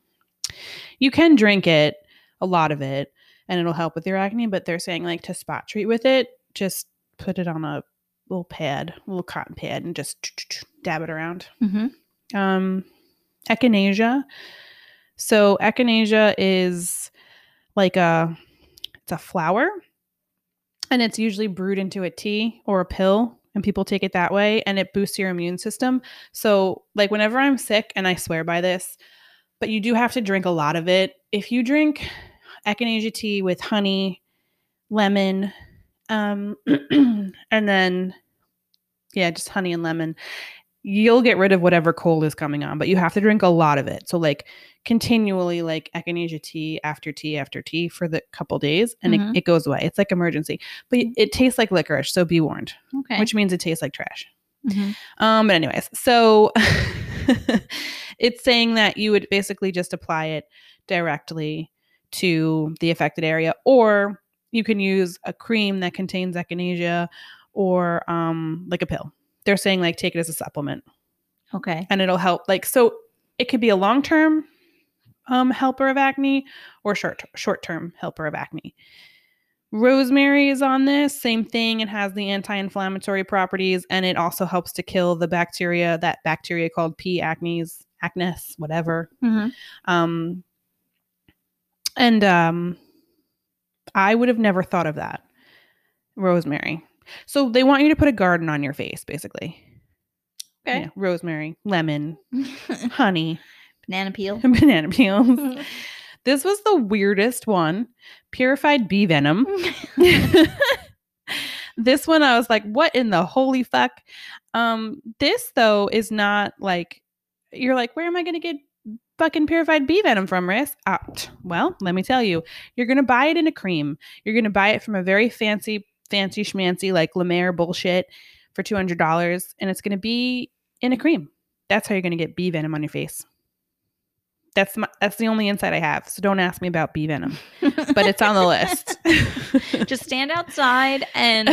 You can drink it, a lot of it, and it'll help with your acne. But they're saying like to spot treat with it, just put it on a little pad, little cotton pad, and just dab it around hmm um, echinacea. So echinacea is like a it's a flower, and it's usually brewed into a tea or a pill, and people take it that way, and it boosts your immune system. So like whenever I'm sick, and I swear by this, but you do have to drink a lot of it. If you drink echinacea tea with honey, lemon, um, and then yeah, just honey and lemon you'll get rid of whatever cold is coming on, but you have to drink a lot of it. So like continually like echinacea tea after tea after tea for the couple days and Mhm. it, it goes away. It's like emergency. But it, it tastes like licorice, so be warned, Okay. which means it tastes like trash. Mhm. Um but anyways, so it's saying that you would basically just apply it directly to the affected area or you can use a cream that contains echinacea or um like a pill. They're saying like take it as a supplement Okay. and it'll help like so it could be a long term um, helper of acne or short short term helper of acne rosemary is on this same thing it has the anti-inflammatory properties and it also helps to kill the bacteria that bacteria called p acnes acnes whatever hmm um and um i would have never thought of that rosemary so they want you to put a garden on your face basically You Okay. know, rosemary lemon honey, Banana peel. and banana peels. this was the weirdest one. Purified bee venom. this one I was like, what in the holy fuck? Um, this though is not like you're like, where am I gonna get fucking purified bee venom from, Riss? Out. Well, let me tell you, you're going to buy it in a cream. You're going to buy it from a very fancy, fancy schmancy, like La Mer bullshit for $200, and it's going to be in a cream. That's how you're going to get bee venom on your face. That's my, that's the only insight I have. So don't ask me about bee venom, but it's on the list. Just stand outside and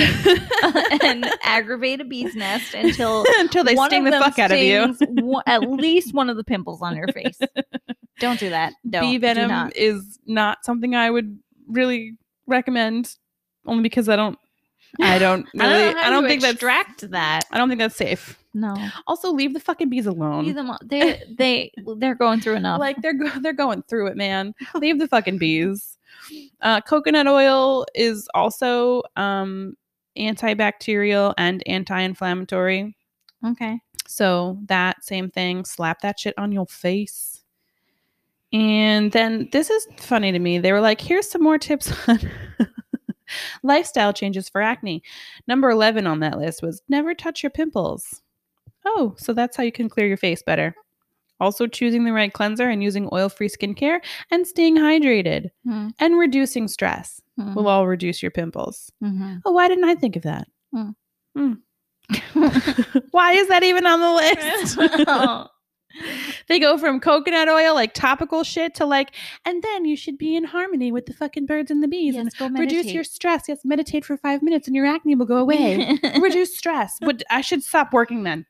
and aggravate a bee's nest until until they one sting of the them fuck out of you. stings one- at least one of the pimples on your face. Don't do that. Don't. bee Do venom not. is not something I would really recommend, only because I don't, I don't I really, don't, know I don't, how to think that's, extract that. I don't think that's safe. No. Also, leave the fucking bees alone. Leave them al- They they they're going through enough. Um, like they're go- they're going through it, man. Leave the fucking bees. Uh, coconut oil is also um, antibacterial and anti-inflammatory. okay. So that same thing, slap that shit on your face. And then this is funny to me. They were like, here's some more tips on lifestyle changes for acne. Number 11 on that list was never touch your pimples. Oh, so that's how you can clear your face better. Also, choosing the right cleanser and using oil free skincare and staying hydrated Mhm. and reducing stress Mhm. will all reduce your pimples. Mhm. Oh, why didn't I think of that? Hmm. Hmm. why is that even on the Oh, list? They go from coconut oil, like topical shit, to like, and then you should be in harmony with the fucking birds and the bees Yes, go and reduce meditate. your stress. Yes, meditate for five minutes and your acne will go away. reduce stress. Would I should stop working then?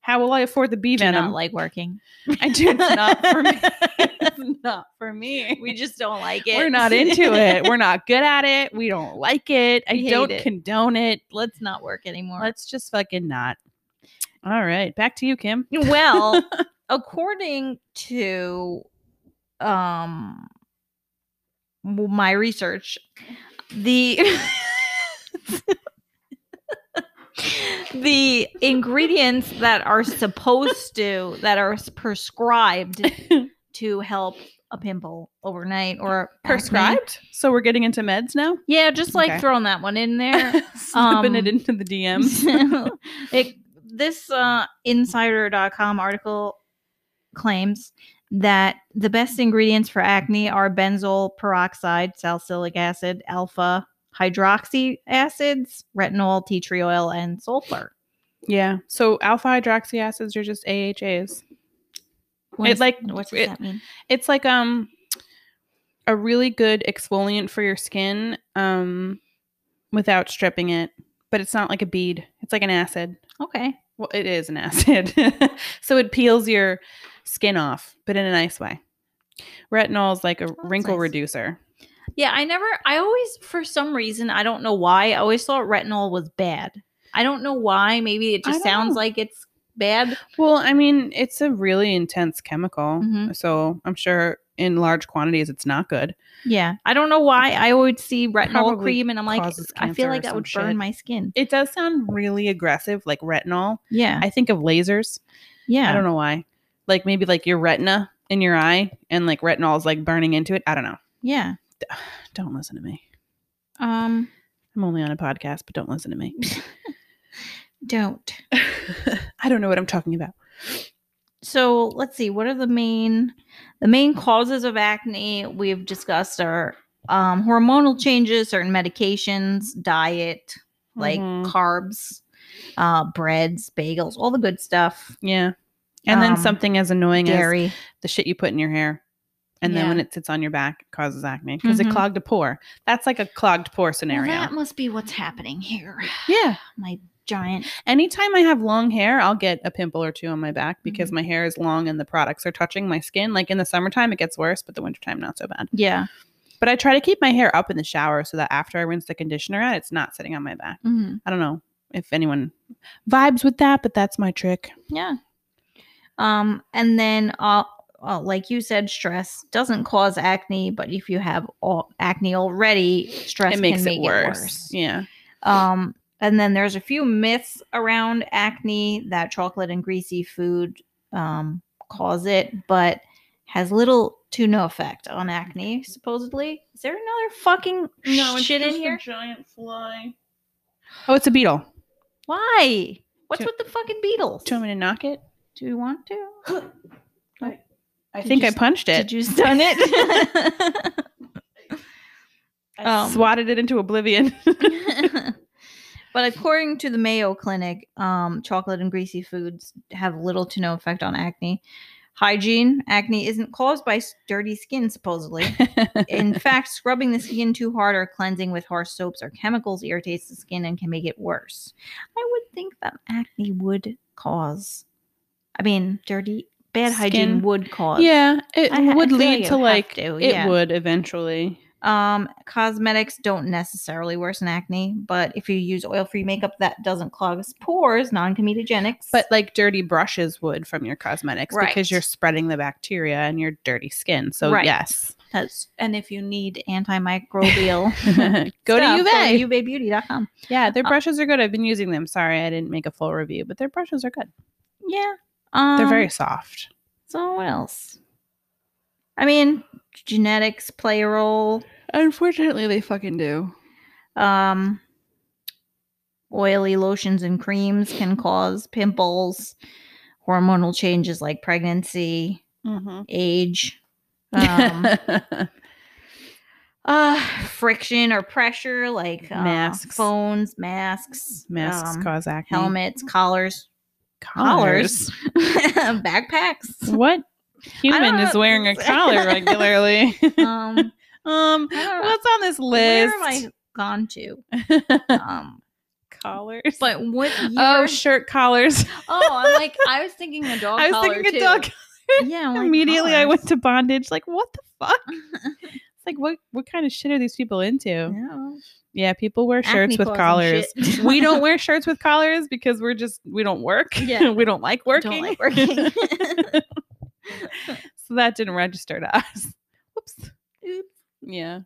How will I afford the bee do venom? not like working. I do it's not for me. It's not for me. We just don't like it. We're not into it. We're not good at it. We don't like it. I We hate don't it. condone it. Let's not work anymore. Let's just fucking not. All right, back to you, Kim. Well, according to um w- my research, the the ingredients that are supposed to that are s- prescribed to help a pimple overnight or acne- Prescribed. So we're getting into meds now. Yeah, just like Okay. throwing that one in there. Slipping Um, it into the DMs. it, this uh, insider.com article claims that the best ingredients for acne are benzoyl peroxide, salicylic acid, alpha hydroxy acids, retinol, tea tree oil, and sulfur. Yeah. So alpha hydroxy acids are just AHAs. What's- like- what does it- that mean? It's like um a really good exfoliant for your skin um without stripping it, but it's not like a bead. It's like an acid. Okay. Well, it is an acid. so it peels your skin off, but in a nice way. Retinol is like a wrinkle nice. reducer. Yeah, I never, I always, for some reason, I don't know why, I always thought retinol was bad. I don't know why. Maybe it I just don't sounds know. like it's bad. Well, I mean, it's a really intense chemical. Mhm. So I'm sure in large quantities it's not good. Yeah, I don't know why I always see retinol Probably cream, and I'm like, causes I cancer feel or like that some would burn shit. my skin. It does sound really aggressive, like retinol. Yeah, I think of lasers. yeah. I don't know why. Like maybe like your retina in your eye and like retinol is like burning into it. I don't know. Yeah. Don't listen to me. Um. I'm only on a podcast, but don't listen to me. Don't. I don't know what I'm talking about. So let's see. What are the main the main causes of acne we've discussed are um, hormonal changes, certain medications, diet, like Mhm. carbs, uh, breads, bagels, all the good stuff. Yeah. Um, And then something as annoying as Dairy. the shit you put in your hair. And then Yeah. when it sits on your back, it causes acne because Mhm. it clogged a pore. That's like a clogged pore Well, scenario. that must be what's happening here. yeah. My giant. Anytime I have long hair, I'll get a pimple or two on my back because my hair is long and the products are touching my skin. Like in the summertime, it gets worse, but the wintertime, not so bad. Yeah. But I try to keep my hair up in the shower so that after I rinse the conditioner out, it's not sitting on my back. Mm-hmm. I don't know if anyone vibes with that, but that's my trick. Yeah. Um, and then, uh, uh, like you said, stress doesn't cause acne, but if you have all acne already, stress it makes can make it worse. It worse. Yeah. Um, and then there's a few myths around acne that chocolate and greasy food um, cause it, but has little to no effect on acne. Supposedly, is there another fucking shit in here? giant fly. Oh, it's a beetle. Why? What's Do- with the fucking beetles? Do you want me to knock it? Do we want to? I Did think you I s- punched it. Did you stun it? I Um, swatted it into oblivion. but according to the Mayo Clinic, um, chocolate and greasy foods have little to no effect on acne. Hygiene acne isn't caused by s- dirty skin, supposedly. In fact, scrubbing the skin too hard or cleansing with harsh soaps or chemicals irritates the skin and can make it worse. I would think that acne would cause, I mean, dirty, bad Skin- hygiene would cause. yeah, it I ha- I would feel like it lead to would have like to, it yeah. would eventually. Um, cosmetics don't necessarily worsen acne, but if you use oil-free makeup that doesn't clog pores, non-comedogenics. But like dirty brushes would from your cosmetics because Right. you're spreading the bacteria and your dirty skin. So Right. yes. That's- and if you need antimicrobial, go stuff, Uh, to UVA. Go to uvabeauty.com. yeah, their brushes are good. I've been using them. Sorry, I didn't make a full review, but their brushes are good. Yeah, um, They're very soft. So what else? I mean, genetics play a role. Unfortunately, they fucking do. Um, oily lotions and creams can cause pimples, hormonal changes like pregnancy, Mm-hmm. age. Um, uh friction or pressure like uh, Masks. phones masks Oh, Masks um, cause acne. helmets collars Collars. backpacks What human is know. wearing a collar regularly? um um, I don't know. what's on this where list? have i gone to um collars. but um, what year? oh, shirt collars. oh i'm like i was thinking a dog I was collar, thinking a too. dog. yeah I'm like, Immediately, I went collars. to bondage. Like, what the fuck? It's like, what what kind of shit are these people into? Yeah, Yeah. people wear shirts Acne with causing collars. shit. we don't wear shirts with collars because we're just we don't work. Yeah. we don't like Don't working. like working. so that didn't register to us. Whoops. Oops. Yeah.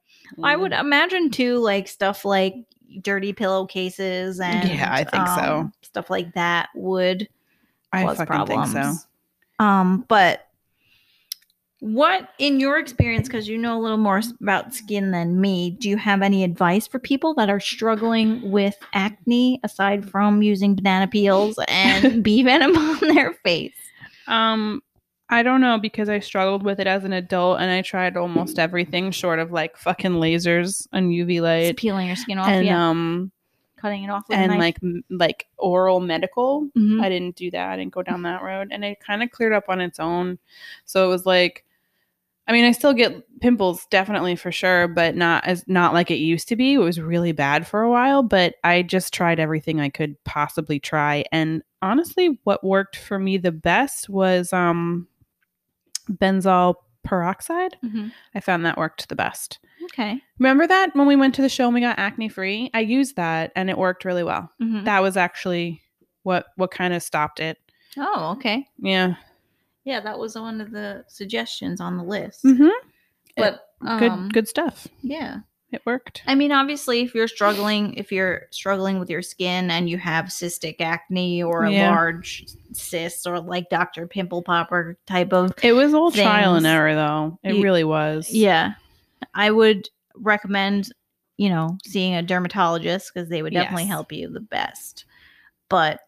I Mm. would imagine too, like stuff like dirty pillowcases and um, Yeah, I think so. Stuff like that would I cause fucking problems. think so. Um, but what in your experience, because you know a little more s- about skin than me, do you have any advice for people that are struggling with acne aside from using banana peels and bee venom on their face? Um, I don't know because I struggled with it as an adult, and I tried almost everything short of like fucking lasers and UV Just light, peeling your skin off, and yeah, um, cutting it off, with a and knife. like m- like oral medical. Mhm. I didn't do that. I didn't go down that road, and it kind of cleared up on its own. So it was like, I mean, I still get pimples definitely for sure, but not as not like it used to be. It was really bad for a while, but I just tried everything I could possibly try, and honestly, what worked for me the best was um, benzoyl peroxide. Mhm. I found that worked the best. okay, Remember that when we went to the show and we got acne free? I used that, and it worked really well. Mhm. That was actually what what kind of stopped it. oh, okay. Yeah. Yeah, that was one of the suggestions on the list. Mm-hmm. But Good, um, good stuff. Yeah, It worked. I mean, obviously, if you're struggling, if you're struggling with your skin and you have cystic acne or a Yeah. large cyst or like Doctor Pimple Popper type of, It was all trial and things. error, though. It You- really was. yeah, I would recommend you know seeing a dermatologist because they would definitely Yes. help you the best. But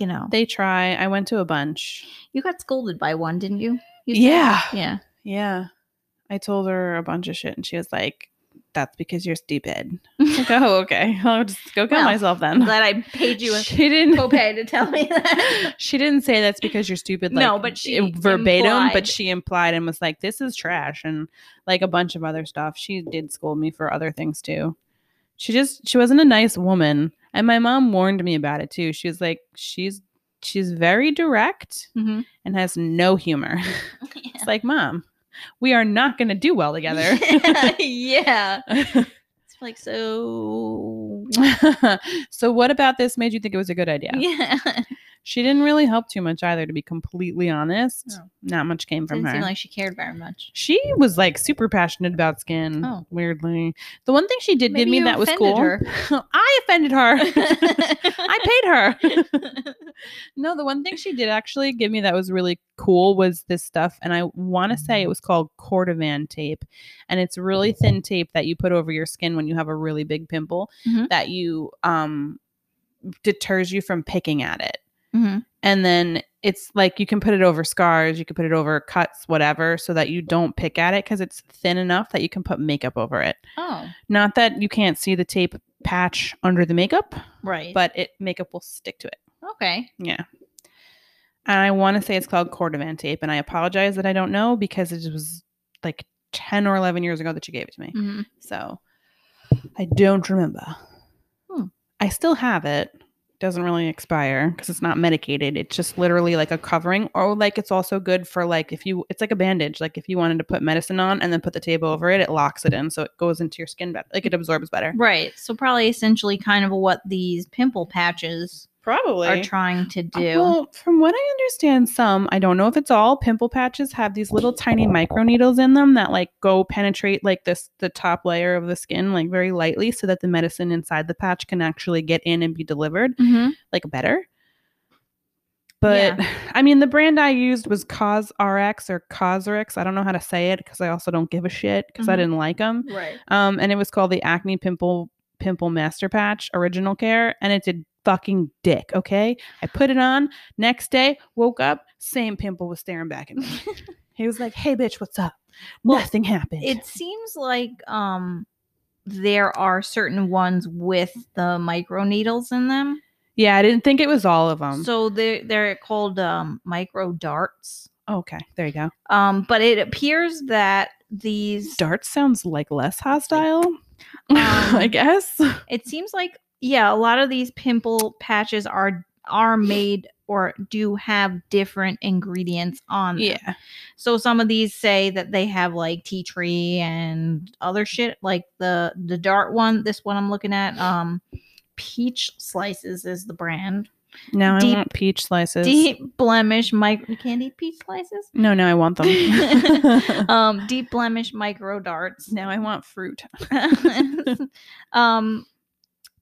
you know, They try. I went to a bunch. you got scolded by one, didn't you? you said- Yeah. yeah. Yeah. I told her a bunch of shit, and she was like, "That's because you're stupid." I was like, oh, okay. I'll just go kill Well, myself then. I'm glad I paid you a she didn't. copay to tell me that. She didn't say that's because you're stupid. Like, No, but she i- verbatim, but implied- she implied and was like, "This is trash," and like a bunch of other stuff. She did scold me for other things too. She just she wasn't a nice woman, and my mom warned me about it too. She was like, "She's she's very direct Mhm. and has no humor." Yeah. It's like, mom, we are not going to do well together. yeah. It's like so. so what about this made you think it was a good idea? Yeah. She didn't really help too much either, to be completely honest. No. Not much came from Didn't her. seem like she cared very much. she was like super passionate about skin. Oh. Weirdly, the one thing she did give Maybe me you that was offended cool. I offended her. I paid her. No, the one thing she did actually give me that was really cool was this stuff, and I want to say it was called cordovan tape, and it's really thin tape that you put over your skin when you have a really big pimple Mhm. that you um deters you from picking at it, Mhm. and then it's like you can put it over scars, you can put it over cuts, whatever, so that you don't pick at it because it's thin enough that you can put makeup over it. Oh, Not that you can't see the tape patch under the makeup, right. but it makeup will stick to it. okay. Yeah. And I want to say it's called Cordovan tape, and I apologize that I don't know because it was like 10 or 11 years ago that you gave it to me. Mhm. So I don't remember. Hmm. I still have it. Doesn't really expire because it's not medicated. It's just literally like a covering, or like it's also good for like if you, it's like a bandage. Like if you wanted to put medicine on and then put the tape over it, it locks it in so it goes into your skin better. Like it absorbs better. Right. So probably essentially kind of what these pimple patches Probably. are trying to do. Uh, Well, from what I understand, some, I don't know if it's all, pimple patches have these little tiny micro needles in them that like go penetrate like this the top layer of the skin like very lightly so that the medicine inside the patch can actually get in and be delivered Mhm. like better. But I mean the brand I used was CosRx or Cosrx. I don't know how to say it because I also don't give a shit because I Mhm. didn't like them. Right. Um, and it was called the Acne Pimple Pimple Master Patch Original Care, and it did fucking dick. Okay, I put it on. Next day, woke up, same pimple was staring back at me. he was like, "Hey, bitch, what's up?" Well, Nothing happened. It seems like um there are certain ones with the micro needles in them. yeah, I didn't think it was all of them. so they they're called um micro darts. okay, there you go. Um but it appears that these Dart sounds like less hostile. I Um, guess. it seems like yeah a lot of these pimple patches are are made or do have different ingredients on them. Yeah. So some of these say that they have like tea tree and other shit like the the dart one this one I'm looking at um peach slices is the brand. Now Deep- I want peach slices. Deep blemish micro candy peach slices. No, no, I want them. Um deep blemish micro darts. now I want fruit. um,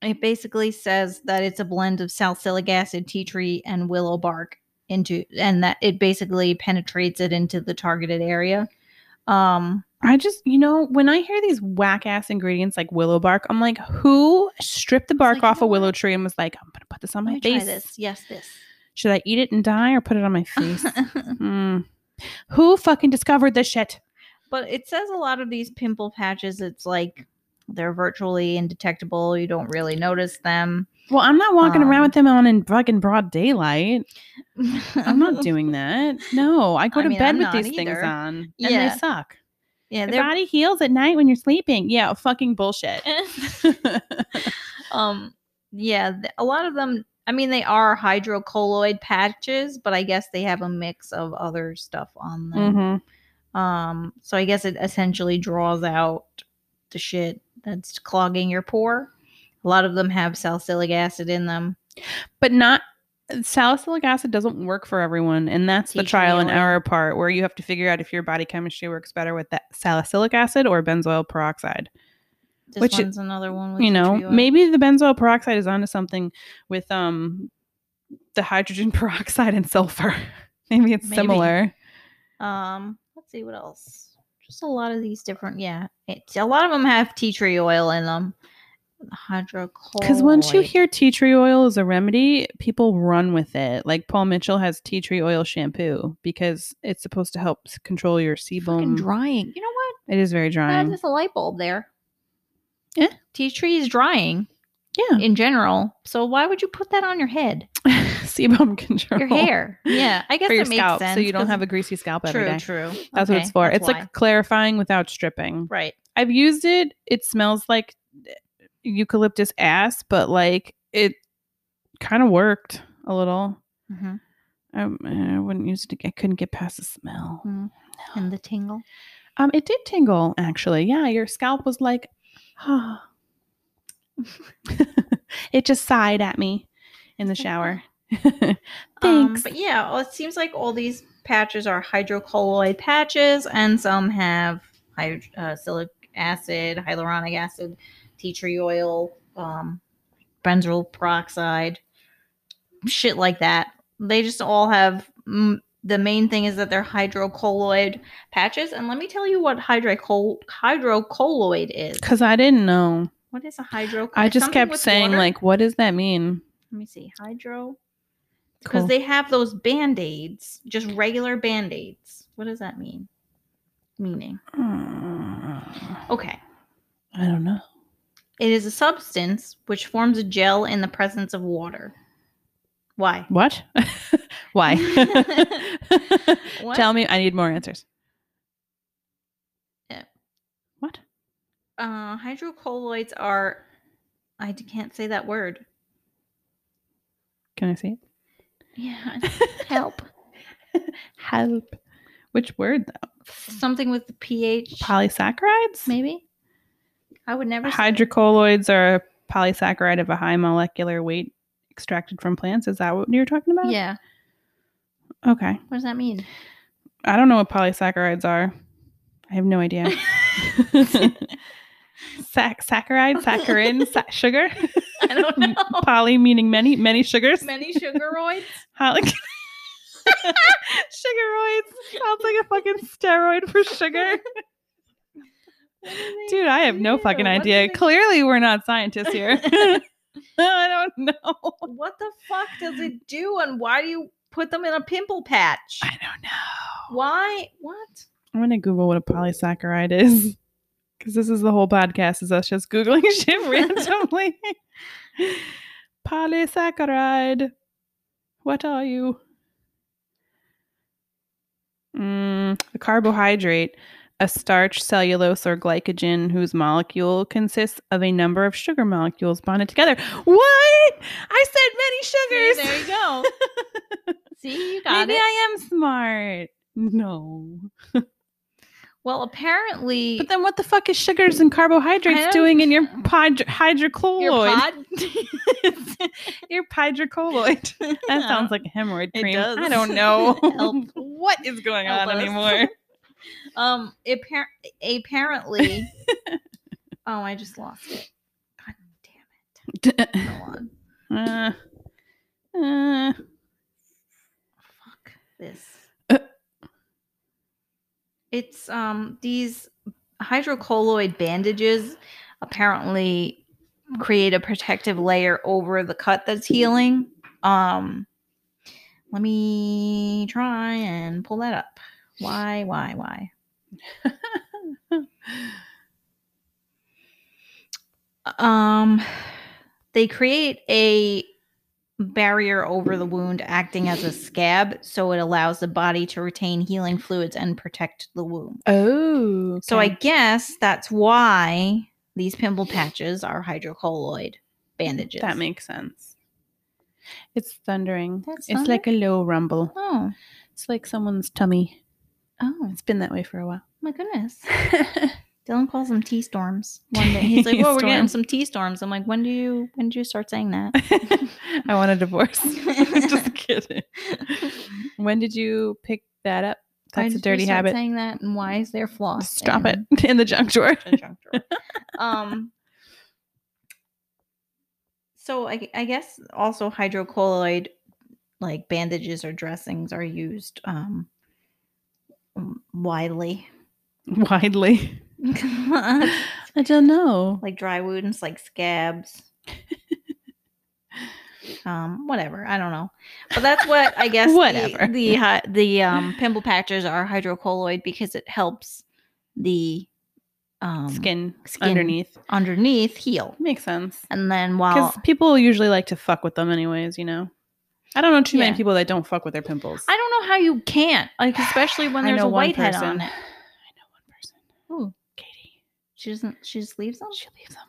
it basically says that it's a blend of salicylic acid, tea tree, and willow bark into, and that it basically penetrates it into the targeted area. Um, I just, you know, when I hear these whack ass ingredients like willow bark, I'm like, who stripped the bark like, off you know a willow what? tree and was like, I'm gonna put this on let my me face? try this. Yes, this. Should I eat it and die or put it on my face? Hmm. Who fucking discovered this shit? but it says a lot of these pimple patches. It's like they're virtually indetectable. You don't really notice them. Well, I'm not walking around Um, with them on in fucking broad daylight. I'm not doing that. No, I go I to mean, bed I'm with not these things either. on, and Yeah. they suck. Yeah, Your they're body heals at night when you're sleeping. Yeah, fucking bullshit. um yeah th- a lot of them i mean they are hydrocolloid patches but i guess they have a mix of other stuff on them Mhm. um so i guess it essentially draws out the shit that's clogging your pore a lot of them have salicylic acid in them but not salicylic acid doesn't work for everyone and that's the Tea tree trial and oil. error part where you have to figure out if your body chemistry works better with that salicylic acid or benzoyl peroxide this Which- one's another one with you tea know tree oil. maybe the benzoyl peroxide is onto something with um the hydrogen peroxide and sulfur maybe it's Maybe. similar um let's see what else just a lot of these different yeah it's, a lot of them have tea tree oil in them hydrocolloid because once you hear tea tree oil is a remedy people run with it like paul mitchell has tea tree oil shampoo because it's supposed to help s- control your fucking sebum drying you know what it is very Ah, drying just a light bulb there. Yeah. Tea tree is drying yeah in general. So why would you put that on your head? sebum control Your hair. Yeah. I guess Oh. for your it makes scalp sense. so you don't 'cause- have a greasy scalp every True, day. true. That's what Okay, it's for. that's It's why. like clarifying without stripping. Right. I've used it. It smells like eh, eucalyptus ass, but like it kind of worked a little. Mhm. I, I wouldn't use it. ag- I couldn't get past the smell. Mm. And the tingle. Um, it did tingle actually. Yeah, your scalp was like, ah. it just sighed at me in the It's like, shower. Um, Thanks. but yeah, well, it seems like all these patches are hydrocolloid patches, and some have hyd- uh, silic acid, hyaluronic acid, tea tree oil, um, benzoyl peroxide, shit like that. They just all have. Mm, the main thing is that they're hydrocolloid patches, and let me tell you what hydrocol- hydrocolloid is. Because I didn't know. What is a hydro? I it's just something kept with saying, water? like, what does that mean? let me see, hydro because Cool. they have those band aids, just regular band aids. What does that mean? Meaning. Mm, Okay. I don't know. It is a substance which forms a gel in the presence of water. Why? What? Why? What? Tell me. I need more answers. Yeah. What? Uh, hydrocolloids are. I d- can't say that word. Can I see Yeah. it? Help. Help. Which word though? Something with the pH. Polysaccharides? maybe. I would never. say- Hydrocolloids are a polysaccharide of a high molecular weight extracted from plants. Is that what you're talking about? yeah. Okay. What does that mean? I don't know what polysaccharides are. I have no idea. Sac- saccharide, saccharin, sa- sugar. I don't know. Poly meaning many, many sugars. Many sugaroids. Hol- Sugaroids sounds like a fucking steroid for sugar. What do they Dude, I have no do? fucking What do idea. they- Clearly, we're not scientists here. I don't know. What the fuck does it do, and why do you put them in a pimple patch? I don't know. Why? What? I'm gonna Google what a polysaccharide is, because this is the whole podcast is us just googling shit randomly. polysaccharide, what are you? Mm, a carbohydrate, a starch, cellulose, or glycogen whose molecule consists of a number of sugar molecules bonded together. What? I said many See, sugars. there you go. See, you got Maybe it. I am smart. No. well, apparently, But then what the fuck is sugars and carbohydrates don't- doing in your pod- hydrocolloid? your pod. Your hydrocolloid. That sounds like a hemorrhoid It cream. does. I don't know Help. what is going Help on us. anymore. Um, appar- apparently. oh, I just lost it. God damn it! Go on. Uh, uh, Fuck this. Uh. It's um these hydrocolloid bandages apparently create a protective layer over the cut that's healing. Um let me try and pull that up. Why, why, why? Um they create a barrier over the wound acting as a scab so it allows the body to retain healing fluids and protect the wound. oh. So I guess that's why these pimple patches are hydrocolloid bandages. That makes sense. It's thundering. That's it's like a low rumble. Oh, It's like someone's tummy. oh It's been that way for a while. my goodness. Dylan calls them tea storms one day. He's like, Tea "Well, we're getting storms. some tea storms." I'm like, "When do you when do you start saying that?" I want a divorce. Just kidding. When did you pick that up? Why That's a did you dirty start habit. Saying that, and why is there floss? Stop it in in the junk drawer. the junk drawer? um. So I, I guess also hydrocolloid, like bandages or dressings, are used um, um, widely, Widely. I don't know. like dry wounds, like scabs. um, whatever. I don't know, but that's what I guess. the- Whatever. The hy- the um, pimple patches are hydrocolloid because it helps the um, skin, skin. underneath underneath heal, makes sense and then because while people usually like to fuck with them, anyways. You know, I don't know too Yeah. many people that don't fuck with their pimples. I don't know how you can't, like especially when I there's know a one whitehead person. on it. I know one person. Ooh, Oh. Katie. she doesn't. She just leaves them. She leaves them.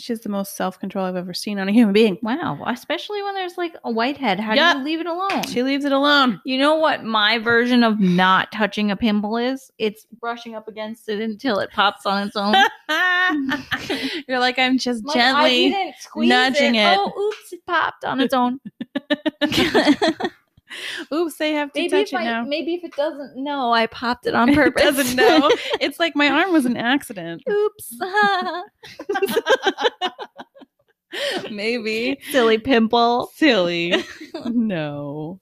She's the most self control I've ever seen on a human being. Wow, especially when there's like a whitehead. How Yup. do you leave it alone? She leaves it alone. you know what my version of not touching a pimple is? It's brushing up against it until it pops on its own. You're like I'm just Like, I gently. didn't squeeze nudging it. Oh, oops! It popped on its own. Oops, they have to maybe touch if it I, now. maybe if it doesn't know, I popped it on purpose. Doesn't know. it's like my arm was an accident. oops. Maybe. Silly pimple. Silly. no.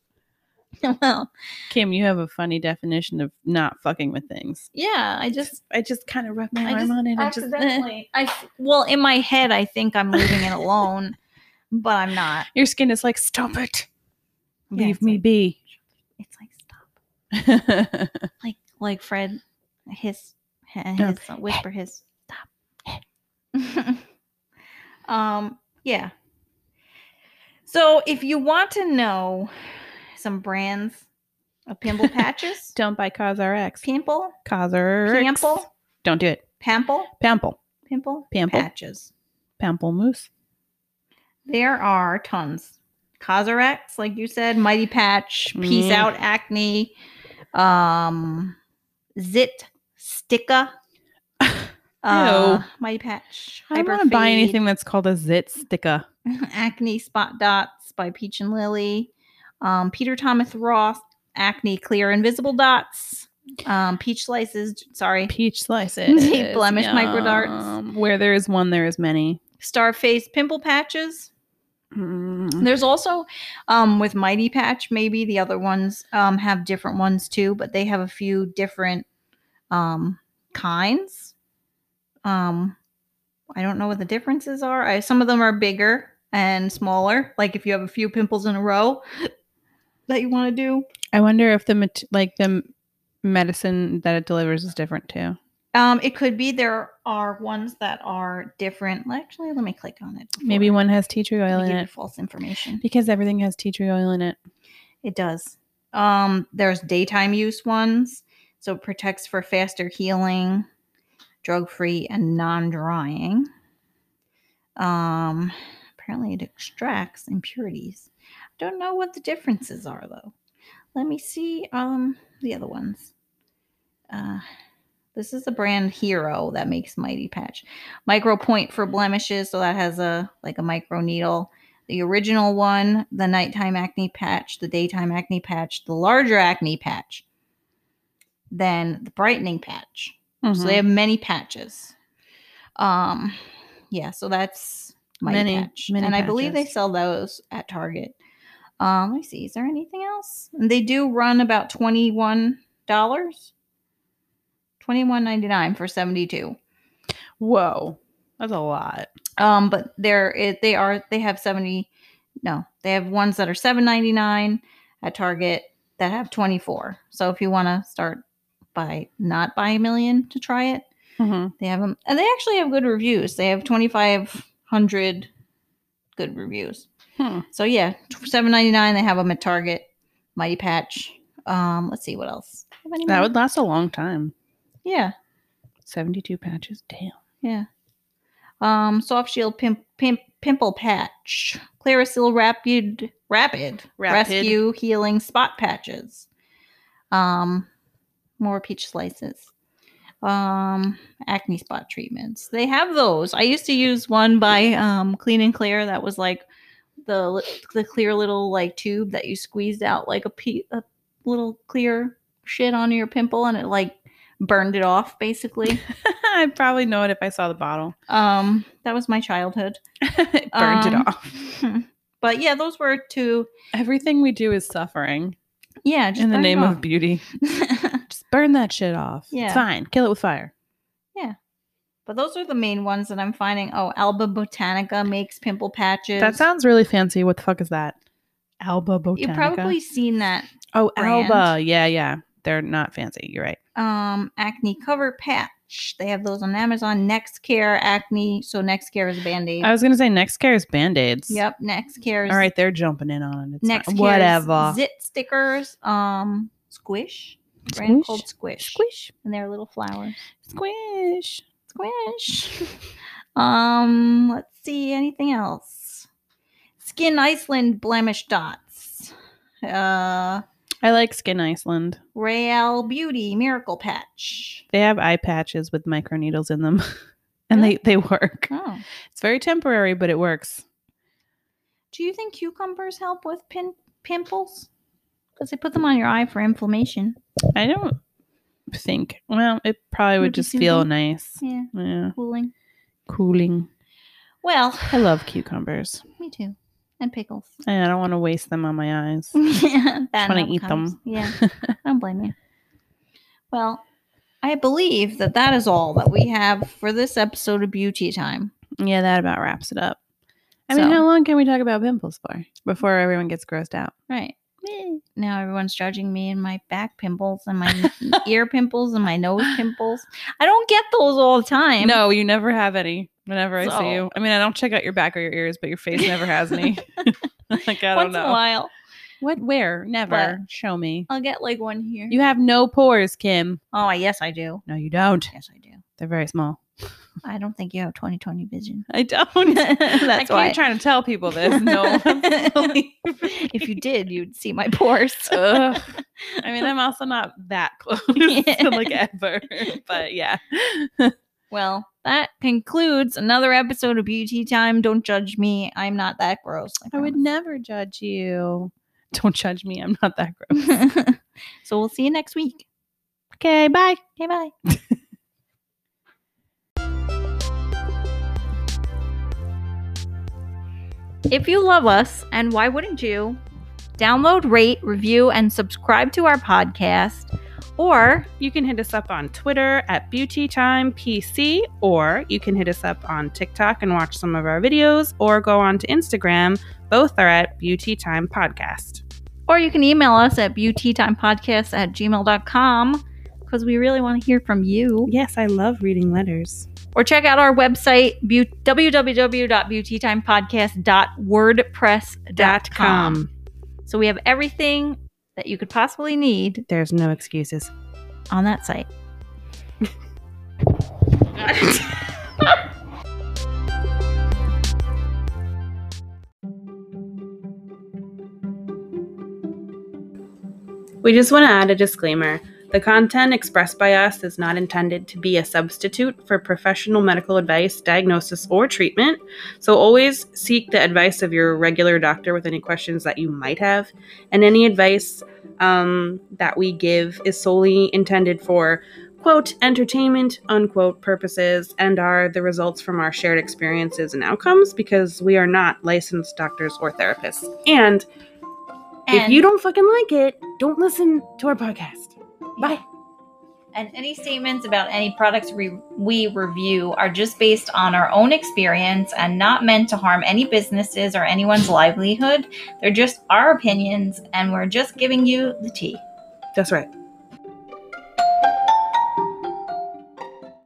well, Kim, you have a funny definition of not fucking with things. yeah, I just I just kind of rub my I arm just on it and just eh. accidentally. I f- well, in my head, "Eh, I think I'm leaving it alone, but I'm not. your skin is like, stop it. Yeah, Leave it's me like- be. It's like stop. yeah, Like like Fred hiss h- No. his uh, whisper his stop. um yeah. So if you want to know some brands of pimple patches, don't buy Cause RX. pimple, Cause RX. pample, Don't do it. pample, Pample. pimple, Pample. patches. Pample moose. There are tons. Cosrx, like you said, Mighty Patch, Peace Mm. Out Acne, um, Zit, Sticka, uh, Mighty Patch. I don't want to buy Hyperfade, anything that's called a zit sticker. Acne Spot Dots by Peach and Lily, um, Peter Thomas Roth, Acne Clear Invisible Dots, um, Peach Slices, sorry, Peach slices. Blemish micro darts. Yum. Where there is one, there is many. Starface Pimple Patches. Mm. There's also um, with Mighty Patch, maybe the other ones um, have different ones too, but they have a few different um, kinds. Um, I don't know what the differences are. I, some of them are bigger and smaller. Like if you have a few pimples in a row that you want to do. I wonder if the mat- like the m- medicine that it delivers is different too. Um, it could be there are ones that are different. Actually, let me click on it. before Maybe one has tea tree I oil in give you it false information. because everything has tea tree oil in it. It does. Um, there's daytime use ones, so it protects for faster healing, drug free, and non drying. Um, apparently, it extracts impurities. I don't know what the differences are though. Let me see um the other ones. Uh, this is the brand Hero that makes Mighty Patch. Micro point for blemishes, so that has a like a micro needle the original one, the nighttime acne patch, the daytime acne patch, the larger acne patch, then the brightening patch. So they Mhm. have many patches. Um, yeah, so that's my Many, patch, many and I believe they patches. sell those at Target. Um, let me see. Is there anything else? And They do run about twenty one dollars, twenty one ninety nine for seventy two. Whoa, that's a lot. Um, but they're it, they are they have seventy. No, they have ones that are seven ninety nine at Target that have twenty four. So if you want to start by not buy a million to try it, Mhm. they have them, and they actually have good reviews. They have twenty five hundred good reviews. Hmm. So yeah, seven ninety nine. They have them at Target. Mighty Patch. Um, let's see what else. Have any That more? would last a long time. yeah. Seventy-two patches. Damn. Yeah. Um, soft shield pimp, pimp, pimple patch, Clarasil rapid, rapid, Rapid. rescue healing spot patches. Um, more peach slices. Um, acne spot treatments. They have those. I used to use one by um Clean and Clear that was like the li- the clear little like tube that you squeezed out like a, pe- a little clear shit on your pimple and it like burned it off basically. I'd probably know it if I saw the bottle. Um, that was my childhood. it burned Um, it off. But yeah, those were two. Everything we do is suffering Yeah, just in the burn it name off. of beauty. Just burn that shit off. Yeah. It's fine. Kill it with fire. but those are the main ones that I'm finding. Oh, Alba Botanica makes pimple patches. That sounds really fancy. What the fuck is that? Alba Botanica. You've probably seen that. Oh, brand. Alba. Yeah, yeah. They're not fancy. You're right. Um, acne cover patch. They have those on Amazon. Next Care acne. So Next Care is a band aid. I was gonna say next care is band aids. yep, Next Care. Is Oh, All right, they're jumping in on it. It's Next fine. Care. Whatever. Zit stickers. Um, Squish. Brand Squish. called Squish. Squish. And they're little flowers. Squish. Squish. um, let's see anything else. Skin Iceland blemish dots. Uh, I like Skin Iceland. Real Beauty miracle patch. They have eye patches with microneedles in them. and Really? they, they work. Oh, It's very temporary, but it works. do you think cucumbers help with pin- pimples? Because they put them on your eye for inflammation. I don't think. Well, it probably Would would be just feel soothing? nice. Yeah, Yeah. cooling. Cooling. Well, I love cucumbers. me too, and pickles. And I don't want to waste them on my eyes. yeah, Just wanna eat them. Yeah, I don't blame you. Well, I believe that that is all that we have for this episode of Beauty Time. Yeah, that about wraps it up. I So- mean, how long can we talk about pimples for before everyone gets grossed out? Right. eh. now everyone's judging me and my back pimples and my ear pimples and my nose pimples. I don't get those all the time. No, you never have any. Whenever I So- see you, I mean, I don't check out your back or your ears, but your face never has any. like I don't Once in a know while, what, where, never show me. I'll get like one here. You have no pores, Kim. oh, yes, I do. No, you don't. Yes, I do. They're very small. I don't think you have 2020 vision. I don't. I That's keep why. trying to tell people this. No, one's believing if you did, you'd see my pores. Ugh. I mean, I'm also not that close to like ever, but yeah. Well, that concludes another episode of Beauty Time. Don't judge me. I'm not that gross. I would never judge you. Um, Don't judge me. I'm not that gross. promise. so we'll see you next week. Okay, bye. Okay, bye. if you love us, and why wouldn't you? Download, rate, review, and subscribe to our podcast. Or You can hit us up on Twitter at BeautyTimePC, or you can hit us up on TikTok and watch some of our videos, or go on to Instagram. Both are at BeautyTime Podcast. or you can email us at beautytimepodcast at gmail.com because we really want to hear from you. Yes, I love reading letters. or check out our website bu- www.beautytimepodcast.wordpress.com. Com. So we have everything that you could possibly need There's no excuses. on that site. We just want to add a disclaimer. The content expressed by us is not intended to be a substitute for professional medical advice, diagnosis, or treatment, so always seek the advice of your regular doctor with any questions that you might have. And any advice um, that we give is solely intended for, quote, entertainment, unquote, purposes and are the results from our shared experiences and outcomes because we are not licensed doctors or therapists. And if And, you don't fucking like it, don't listen to our podcast. Bye. and any statements about any products we, we review are just based on our own experience and not meant to harm any businesses or anyone's livelihood. They're just our opinions, and we're just giving you the tea. That's right.